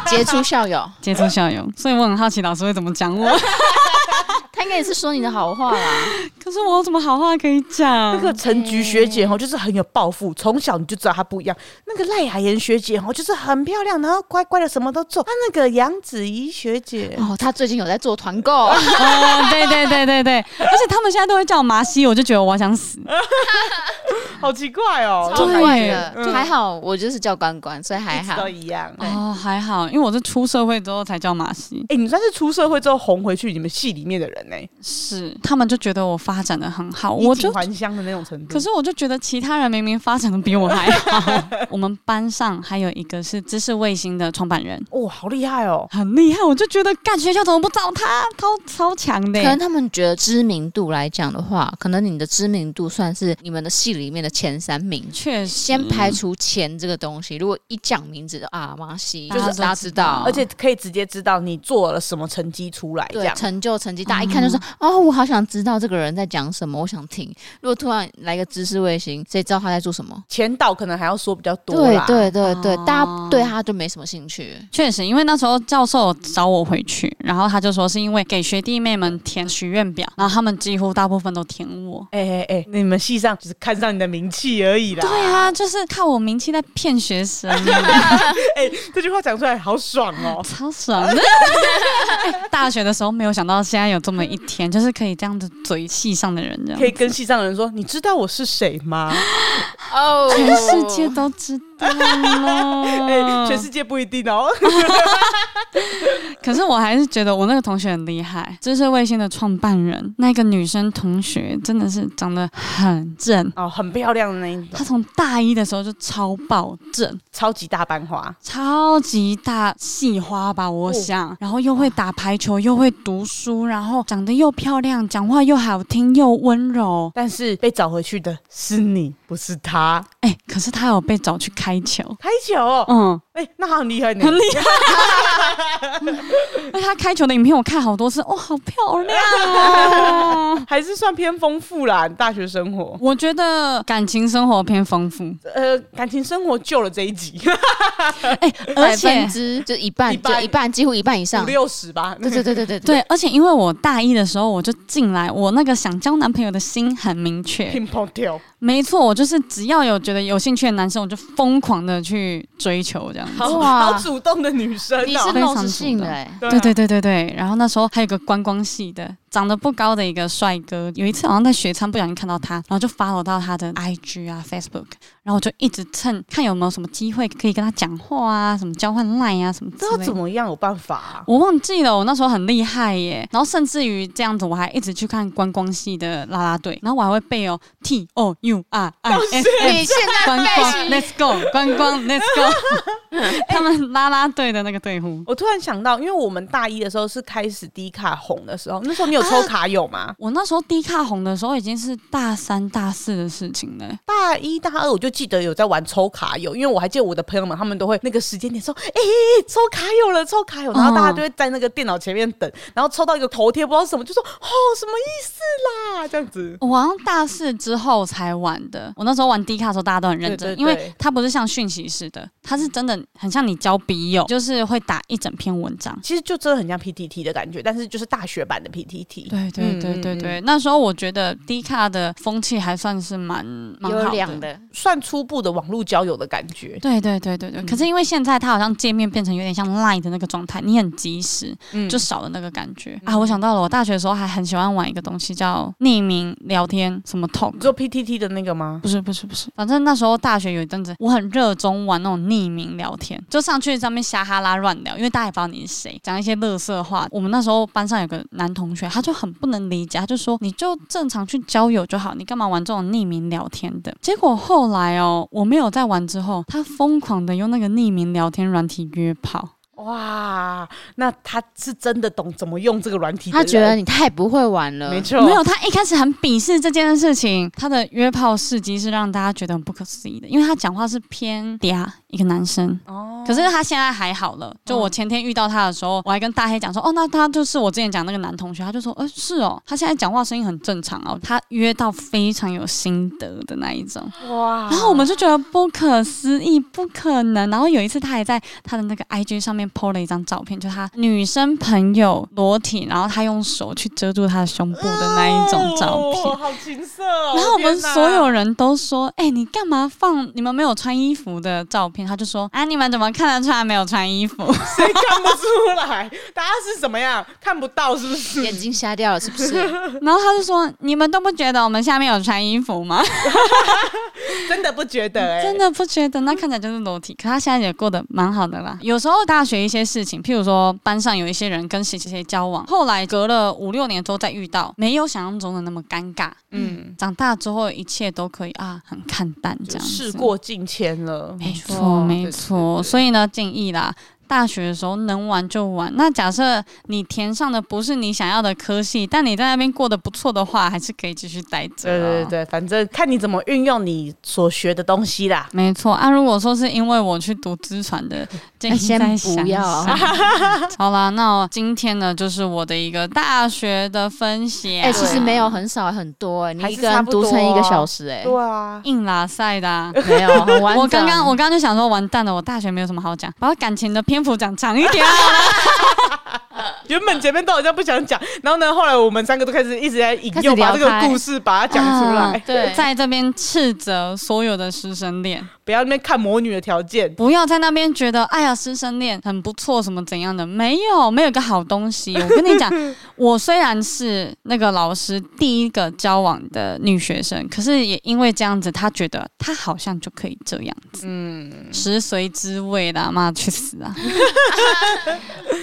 S2: 杰出校友，
S1: 接触校友，所以我很好奇老师会怎么讲我。
S2: [LAUGHS] 他应该也是说你的好话啦。
S1: 可是我有什么好话可以讲？
S3: 那个陈菊学姐哦，就是很有抱负，从小你就知道她不一样。那个赖雅妍学姐哦，就是很漂亮，然后乖乖的什么都做。她那个杨子怡学姐，
S2: 哦，他最近有在做团购，
S1: 哦，[LAUGHS]
S2: 啊
S1: 对对对对对，而且他们现在都会叫我麻西，我就觉得我好想死。
S3: 好奇怪哦，
S2: 超
S1: 对
S2: 怪的。
S3: 嗯
S2: 就还好我就是叫关关，所以还
S3: 一直
S2: 好
S3: 都。一样。哎、
S1: 哦，还好，因为我是出社会之后才叫马西，
S3: 你算是出社会之后红回去你们系里面的人呢、
S1: 是他们就觉得我发展的很好，
S3: 衣
S1: 我
S3: 锦
S1: 就
S3: 还乡的那种程度。
S1: 可是我就觉得其他人明明发展的比我还
S2: [LAUGHS]
S1: 好。我们班上还有一个是知识卫星的创办人，
S3: 哇、好厉害哦！
S1: 很厉害，我就觉得干学校怎么不找他，超超强的
S2: 可
S1: 耶。
S2: 能他们觉得知名度来讲的话，可能你的知名度算是你们的系里面的前三名。
S1: 确实，
S2: 先排除钱这个东西，如果一讲名字啊，马西
S1: 就是
S2: 大家知道，
S3: 而且可以直接知道你做了什么成绩出来，嗯这
S2: 啊对
S3: 样
S2: 成就成绩大，一看就是哦，我好想知道这个人在讲什么，我想听。如果突然来个知识卫星，谁知道他在做什么？
S3: 前导可能还要说比较多
S2: 对
S3: 啦。
S2: 对对对，
S1: 哦
S2: 大家对他就没什么兴趣。
S1: 确实，因为那时候教授找我回去，然后他就说是因为给学弟妹们填许愿表，然后他们几乎大部分都填我。
S3: 哎哎哎，你们系上只是看上你的名气而已啦。
S1: 对啊，就是靠我名气在骗学
S3: [LAUGHS]
S1: 生啊，！
S3: 哎、这句话讲出来好爽哦
S1: [LAUGHS] 超爽的、哎大学的时候没有想到现在有这么一天，就是可以这样子嘴气上的人，这
S3: 可以
S1: 样
S3: 跟系上的人说，你知道我是谁吗？
S2: 哦，
S1: 全世界都知道
S3: [LAUGHS] 哎、
S1: 了。
S3: 全世界不一定哦。
S1: 可是我还是觉得我那个同学很厉害，知识卫星的创办人那个女生同学真的是长得很正。
S3: 哦，很漂亮的那一种
S1: 她，从大一的时候就超爆正，
S3: 超级大班花，哦
S1: 超级大细花吧，
S2: 哦
S1: 我想，然后又会打排球，又会读书，然后长得又漂亮，讲话又好听又温柔。
S3: 但是被找回去的是你，不是他。
S1: 哎，可是他有被找去开球，
S3: 开球哦，
S1: 嗯，
S3: 哎、那他很厉害呢
S1: 很。厉害。而且哎他开球的影片我看好多次，哦，好漂亮哦！
S3: [LAUGHS]
S1: [LAUGHS]
S3: 还是算偏丰富啦，大学生活，
S1: 我觉得感情生活偏丰富，
S3: 呃，感情生活救了这一集，
S1: 而
S2: 百
S1: 且
S2: 分之就一半，
S3: 一半
S2: 就一半，几乎一半以
S3: 五
S2: 上。
S3: 六十吧。
S2: 对对对对对，
S3: [LAUGHS]
S1: 对，而且因为我大一的时候我就进来，我那个想交男朋友的心很明确，
S3: [LAUGHS] 乒乓跳，
S1: 没错，我就是只要有觉得有兴趣的男生，我就疯狂的去追求这样子。
S3: 好
S2: 哇
S3: 好主动的女生
S2: 你
S3: 哦
S2: 是
S1: 非常
S2: 露
S1: 主
S2: 自信的
S1: 动
S2: 欸，
S1: 对对
S3: 啊
S1: 对对对，然后那时候还有一个观光系的，长得不高的一个帅哥，有一次好像在学餐不小心看到他，然后就 follow 到他的 IG 啊 Facebook，然后我就一直趁看有没有什么机会可以跟他讲话啊，什么交换 line 啊什么之
S3: 这要
S1: 类
S3: 怎
S1: 的。
S3: 么样有办法、啊？
S1: 我忘记了，我那时候很厉害耶，然后甚至于这样子，我还一直去看观光系的啦啦队，然后我还会背哦 T O U R I S
S2: 你
S1: M，
S2: 现在
S1: 观光
S2: 背
S1: Let's go，观光 Let's go，他 [LAUGHS] 们啦啦队的那个队呼。
S3: 我突然想到，因为我们大一的时候是开始低卡红的时候，那时候你有抽卡友吗？
S1: 我那时候低卡红的时候已经是大三大四的事情了、
S3: 大一大二我就记得有在玩抽卡友，因为我还记得我的朋友们他们都会那个时间点说，哎、抽卡友了，抽卡友，然后大家就会在那个电脑前面等，然后抽到一个头贴不知道什么，就说哦什么意思啦，这样子。
S1: 我好像大四之后才玩的。我那时候玩低卡的时候，大家都很认真，
S3: 对对对
S1: 因为它不是像讯息似的，它是真的很像你交笔友，就是会打一整篇文章。
S3: 其实就真的很像 PTT 的感觉，但是就是大学版的 PTT。
S1: 对对对对对，那时候我觉得低卡的风气还算是蛮蛮
S2: 有
S1: 好
S2: 两
S1: 的。
S2: 的，
S3: 算初步的网络交友的感觉。
S1: 对对对对对，可是因为现在它好像界面变成有点像 Line 的那个状态，你很及时，
S3: 嗯，
S1: 就少了那个感觉、啊！我想到了，我大学的时候还很喜欢玩一个东西叫匿名聊天，什么 Talk，
S3: 你做 PTT 的那个吗？
S1: 不是不是不是，反正那时候大学有一阵子，我很热衷玩那种匿名聊天，就上去上面瞎哈拉乱聊，因为大家也不知道你是谁，讲一些乐色话。我们那时候班上有个男同学，他就很不能理解，他就说你就正常去交友就好，你干嘛玩这种匿名聊天的？结果后来哦，我没有再玩之后，他疯狂的用那个匿名聊天软体约炮，
S3: 哇，那他是真的懂怎么用这个软体的
S2: 他
S3: 人，
S2: 觉得你太不会玩了
S3: 没。错，
S1: 没有，他一开始很鄙视这件事情，他的约炮事迹是让大家觉得很不可思议的，因为他讲话是偏嗲一个男生。
S3: 哦
S1: 可是他现在还好了，就我前天遇到他的时候，我还跟大黑讲说，哦，那他就是我之前讲那个男同学，他就说，呃，是哦，他现在讲话声音很正常哦，他约到非常有心得的那一种，
S3: 哇
S1: 然后我们就觉得不可思议，不可能。然后有一次他还在他的那个 IG 上面 PO 了一张照片，就他女生朋友裸体，然后他用手去遮住他的胸部的那一种照片，
S3: 哦好情色哦。
S1: 然后我们
S3: 天哪
S1: 所有人都说：“哎、你干嘛放你们没有穿衣服的照片？”他就说：“啊，你们怎么看得出来没有穿衣服？ [LAUGHS]
S3: 谁看不出来？大家是怎么样看不到？是不是？
S2: 眼睛瞎掉了是不
S3: [LAUGHS]
S2: 是？
S1: 然后他就说：“你们都不觉得我们下面有穿衣服吗？
S3: 真的不觉得哎、
S1: 真的不觉得？那看起来就是裸 [LAUGHS] 体。可他现在也过得蛮好的啦。有时候大学一些事情，譬如说班上有一些人跟谁谁谁交往，后来隔了五六年之后再遇到，没有想象中的那么尴尬。
S3: 嗯，
S1: 长大之后一切都可以啊，很看淡这样子。
S3: 事过境迁了。
S1: 没错，
S2: 错
S1: 没
S3: 对
S1: 错。
S3: 对对
S1: 所以呢，建议啦，大学的时候能玩就玩。那假设你填上的不是你想要的科系，但你在那边过得不错的话，还是可以继续待着、啊
S3: 对对对。对，反正看你怎么运用你所学的东西啦。
S1: 没错啊，如果说是因为我去读资传
S2: [LAUGHS]
S1: 的，建议
S2: 先
S1: 再
S2: 不
S1: 想
S2: 要
S1: 想 [LAUGHS] 好啦，那我今天呢，就是我的一个大学的分啊享。
S2: 哎，其实没有很少很多哎，你
S3: 还
S2: 一
S3: 是
S2: 个
S3: 差
S2: 人
S3: 不
S2: 读
S3: 多
S2: 成一个
S3: 啊
S2: 小时哎，
S3: 对啊，
S1: 硬拉塞的、啊。
S2: 没有
S1: [LAUGHS]
S2: 很完整。
S1: 我刚刚我刚刚就想说，完蛋了，我大学没有什么好讲，把我感情的篇幅讲长一点啊。
S3: 原本前面都好像不想讲，然后呢，后来我们三个都开始一直嗯在引
S2: 开始
S3: 诱，把
S2: 聊
S3: 这个
S2: 开
S3: 故事把它讲出来，
S1: 啊
S2: 对
S1: 在这边斥责所有的师生恋，
S3: 不要那边看魔女的条件。
S1: 不要在那边觉得哎呀师生恋很不错什么怎样的，没有没有一个好东西。我跟你讲，我虽然是那个老师第一个交往的女学生，可是也因为这样子，她觉得她好像就可以这样子， [LAUGHS] 嗯，食髓知味啦，妈去死啊！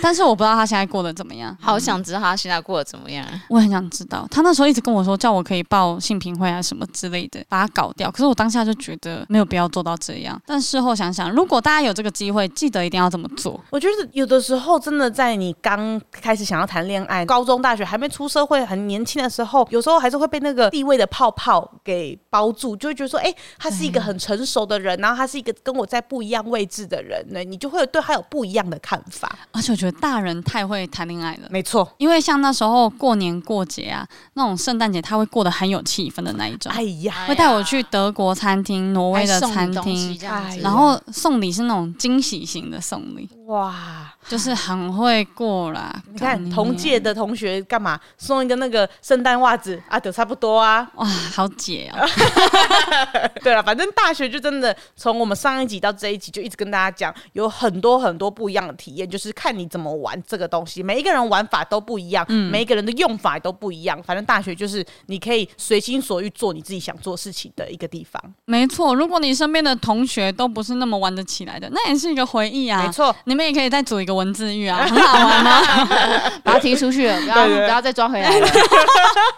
S1: 但是我不知道她现在在过得怎么样。
S2: 好想知道他现在过得怎么样。
S1: 我很想知道，他那时候一直跟我说，叫我可以报性平会啊什么之类的，把它搞掉。可是我当下就觉得没有必要做到这样。但事后想想，如果大家有这个机会，记得一定要这么做。
S3: 我觉得有的时候真的在你刚开始想要谈恋爱，高中、大学还没出社会，很年轻的时候，有时候还是会被那个地位的泡泡给包住，就会觉得说，哎、他是一个很成熟的人，然后他是一个跟我在不一样位置的人，那你就会对他有不一样的看法。
S1: 而且我觉得大人太会谈恋爱了。
S3: 没错，
S1: 因为像那时候过年过节啊，那种圣诞节他会过得很有气氛的那一种，
S3: 哎呀，
S1: 会带我去德国餐厅、挪威的
S2: 啊还送
S1: 餐
S2: 你东西
S1: 厅，
S2: 这样子，
S3: 哎
S1: 然后送礼是那种惊喜型的送礼，
S3: 哇，
S1: 就是很会过啦。
S3: 你看
S1: 干
S3: 同届的同学干嘛送一个那个圣诞袜子啊，都差不多啊。
S1: 哇，好解哦、
S3: 对了，反正大学就真的从我们上一集到这一集，就一直跟大家讲，有很多很多不一样的体验，就是看你怎么玩这个东西。每一个人玩法都不一样，每一个人的用法都不一样。反正大学就是你可以随心所欲做你自己想做事情的一个地方。
S1: 没错，如果你身边的同学都不是那么玩得起来的，那也是一个回忆啊。
S3: 没，错，
S1: 你们也可以再组一个文字狱 [LAUGHS] 啊，很好玩啊。
S2: [LAUGHS] 把他踢出去了，不要
S3: 对对
S2: 不要再抓回来了。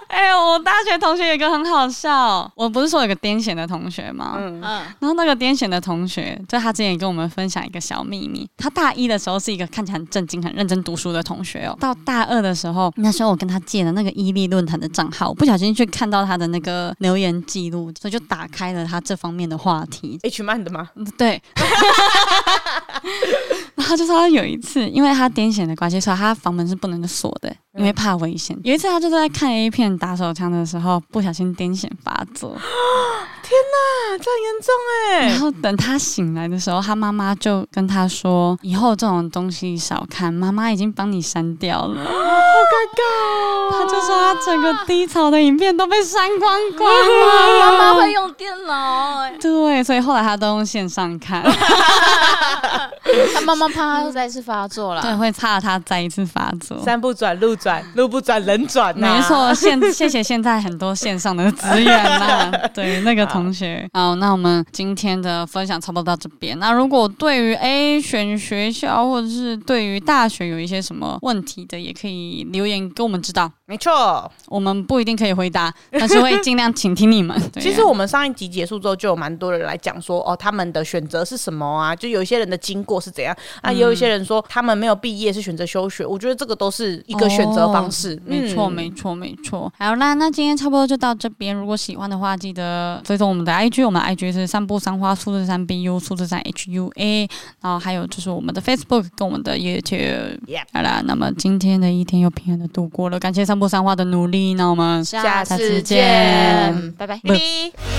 S1: 哎、我大学同学有一个很好笑，我不是说有个癫痫的同学吗？
S3: 嗯，
S2: 嗯，
S1: 然后那个癫痫的同学，就他之前也跟我们分享一个小秘密，他大一的时候是一个看起来很正经、很认真读书的同学哦，到大二的时候，那时候我跟他借了那个伊利论坛的账号，不小心去看到他的那个留言记录，所以就打开了他这方面的话题。
S3: H man 的吗？
S1: 嗯对。 [LAUGHS] 然后就说他有一次，因为他癫痫的关系，所以他房门是不能锁的，因为怕危险。有一次他就是在看 A 片打手枪的时候，不小心癫痫发作，
S3: 啊，这很严重哎、 [LAUGHS]
S1: 然后等他醒来的时候，他妈妈就跟他说：“以后这种东西少看，妈妈已经帮你删掉了。”好尴尬、 [LAUGHS] 他就说他整个低潮的影片都被删光光了。
S2: 妈妈会用电脑、哎
S1: 对，所以后来他都用线上看，
S2: 他妈妈怕他再次发作
S1: 对，
S2: 了。
S1: 会怕他再一次发作。
S3: 山不转路转，路不转人转、啊呐
S1: 没。错，现 [LAUGHS] 谢谢现在很多线上的资源
S3: [LAUGHS]
S1: 啦。对，那个同学，好，那我们今天的分享差不多到这边。那如果对于 A 选学校或者是对于大学有一些什么问题的，也可以留言跟我们知道，
S3: 没错。
S1: 我们不一定可以回答，但是会尽量倾听你们。对啊
S3: 其实我们上一集结束之后，就有蛮多人来讲说，哦，他们的选择是什么啊？就有一些人的经过是怎样
S1: 嗯
S3: 啊？也有一些人说他们没有毕业是选择休学，我觉得这个都是一个选择方式。
S1: 哦没错，
S3: 嗯
S1: 没错，没错。好啦，那今天差不多就到这边。如果喜欢的话，记得追踪我们的 IG，我们的 IG 是散步三花数字三 BU 数字三 HUA，然后还有就是我们的 Facebook 跟我们的 YouTube。
S3: Yep
S1: 好啦，那么今天的一天又平安的度过了，感谢散步三花的努力。那我们
S2: 下
S1: 次见
S2: 次见，拜拜。
S3: 拜拜。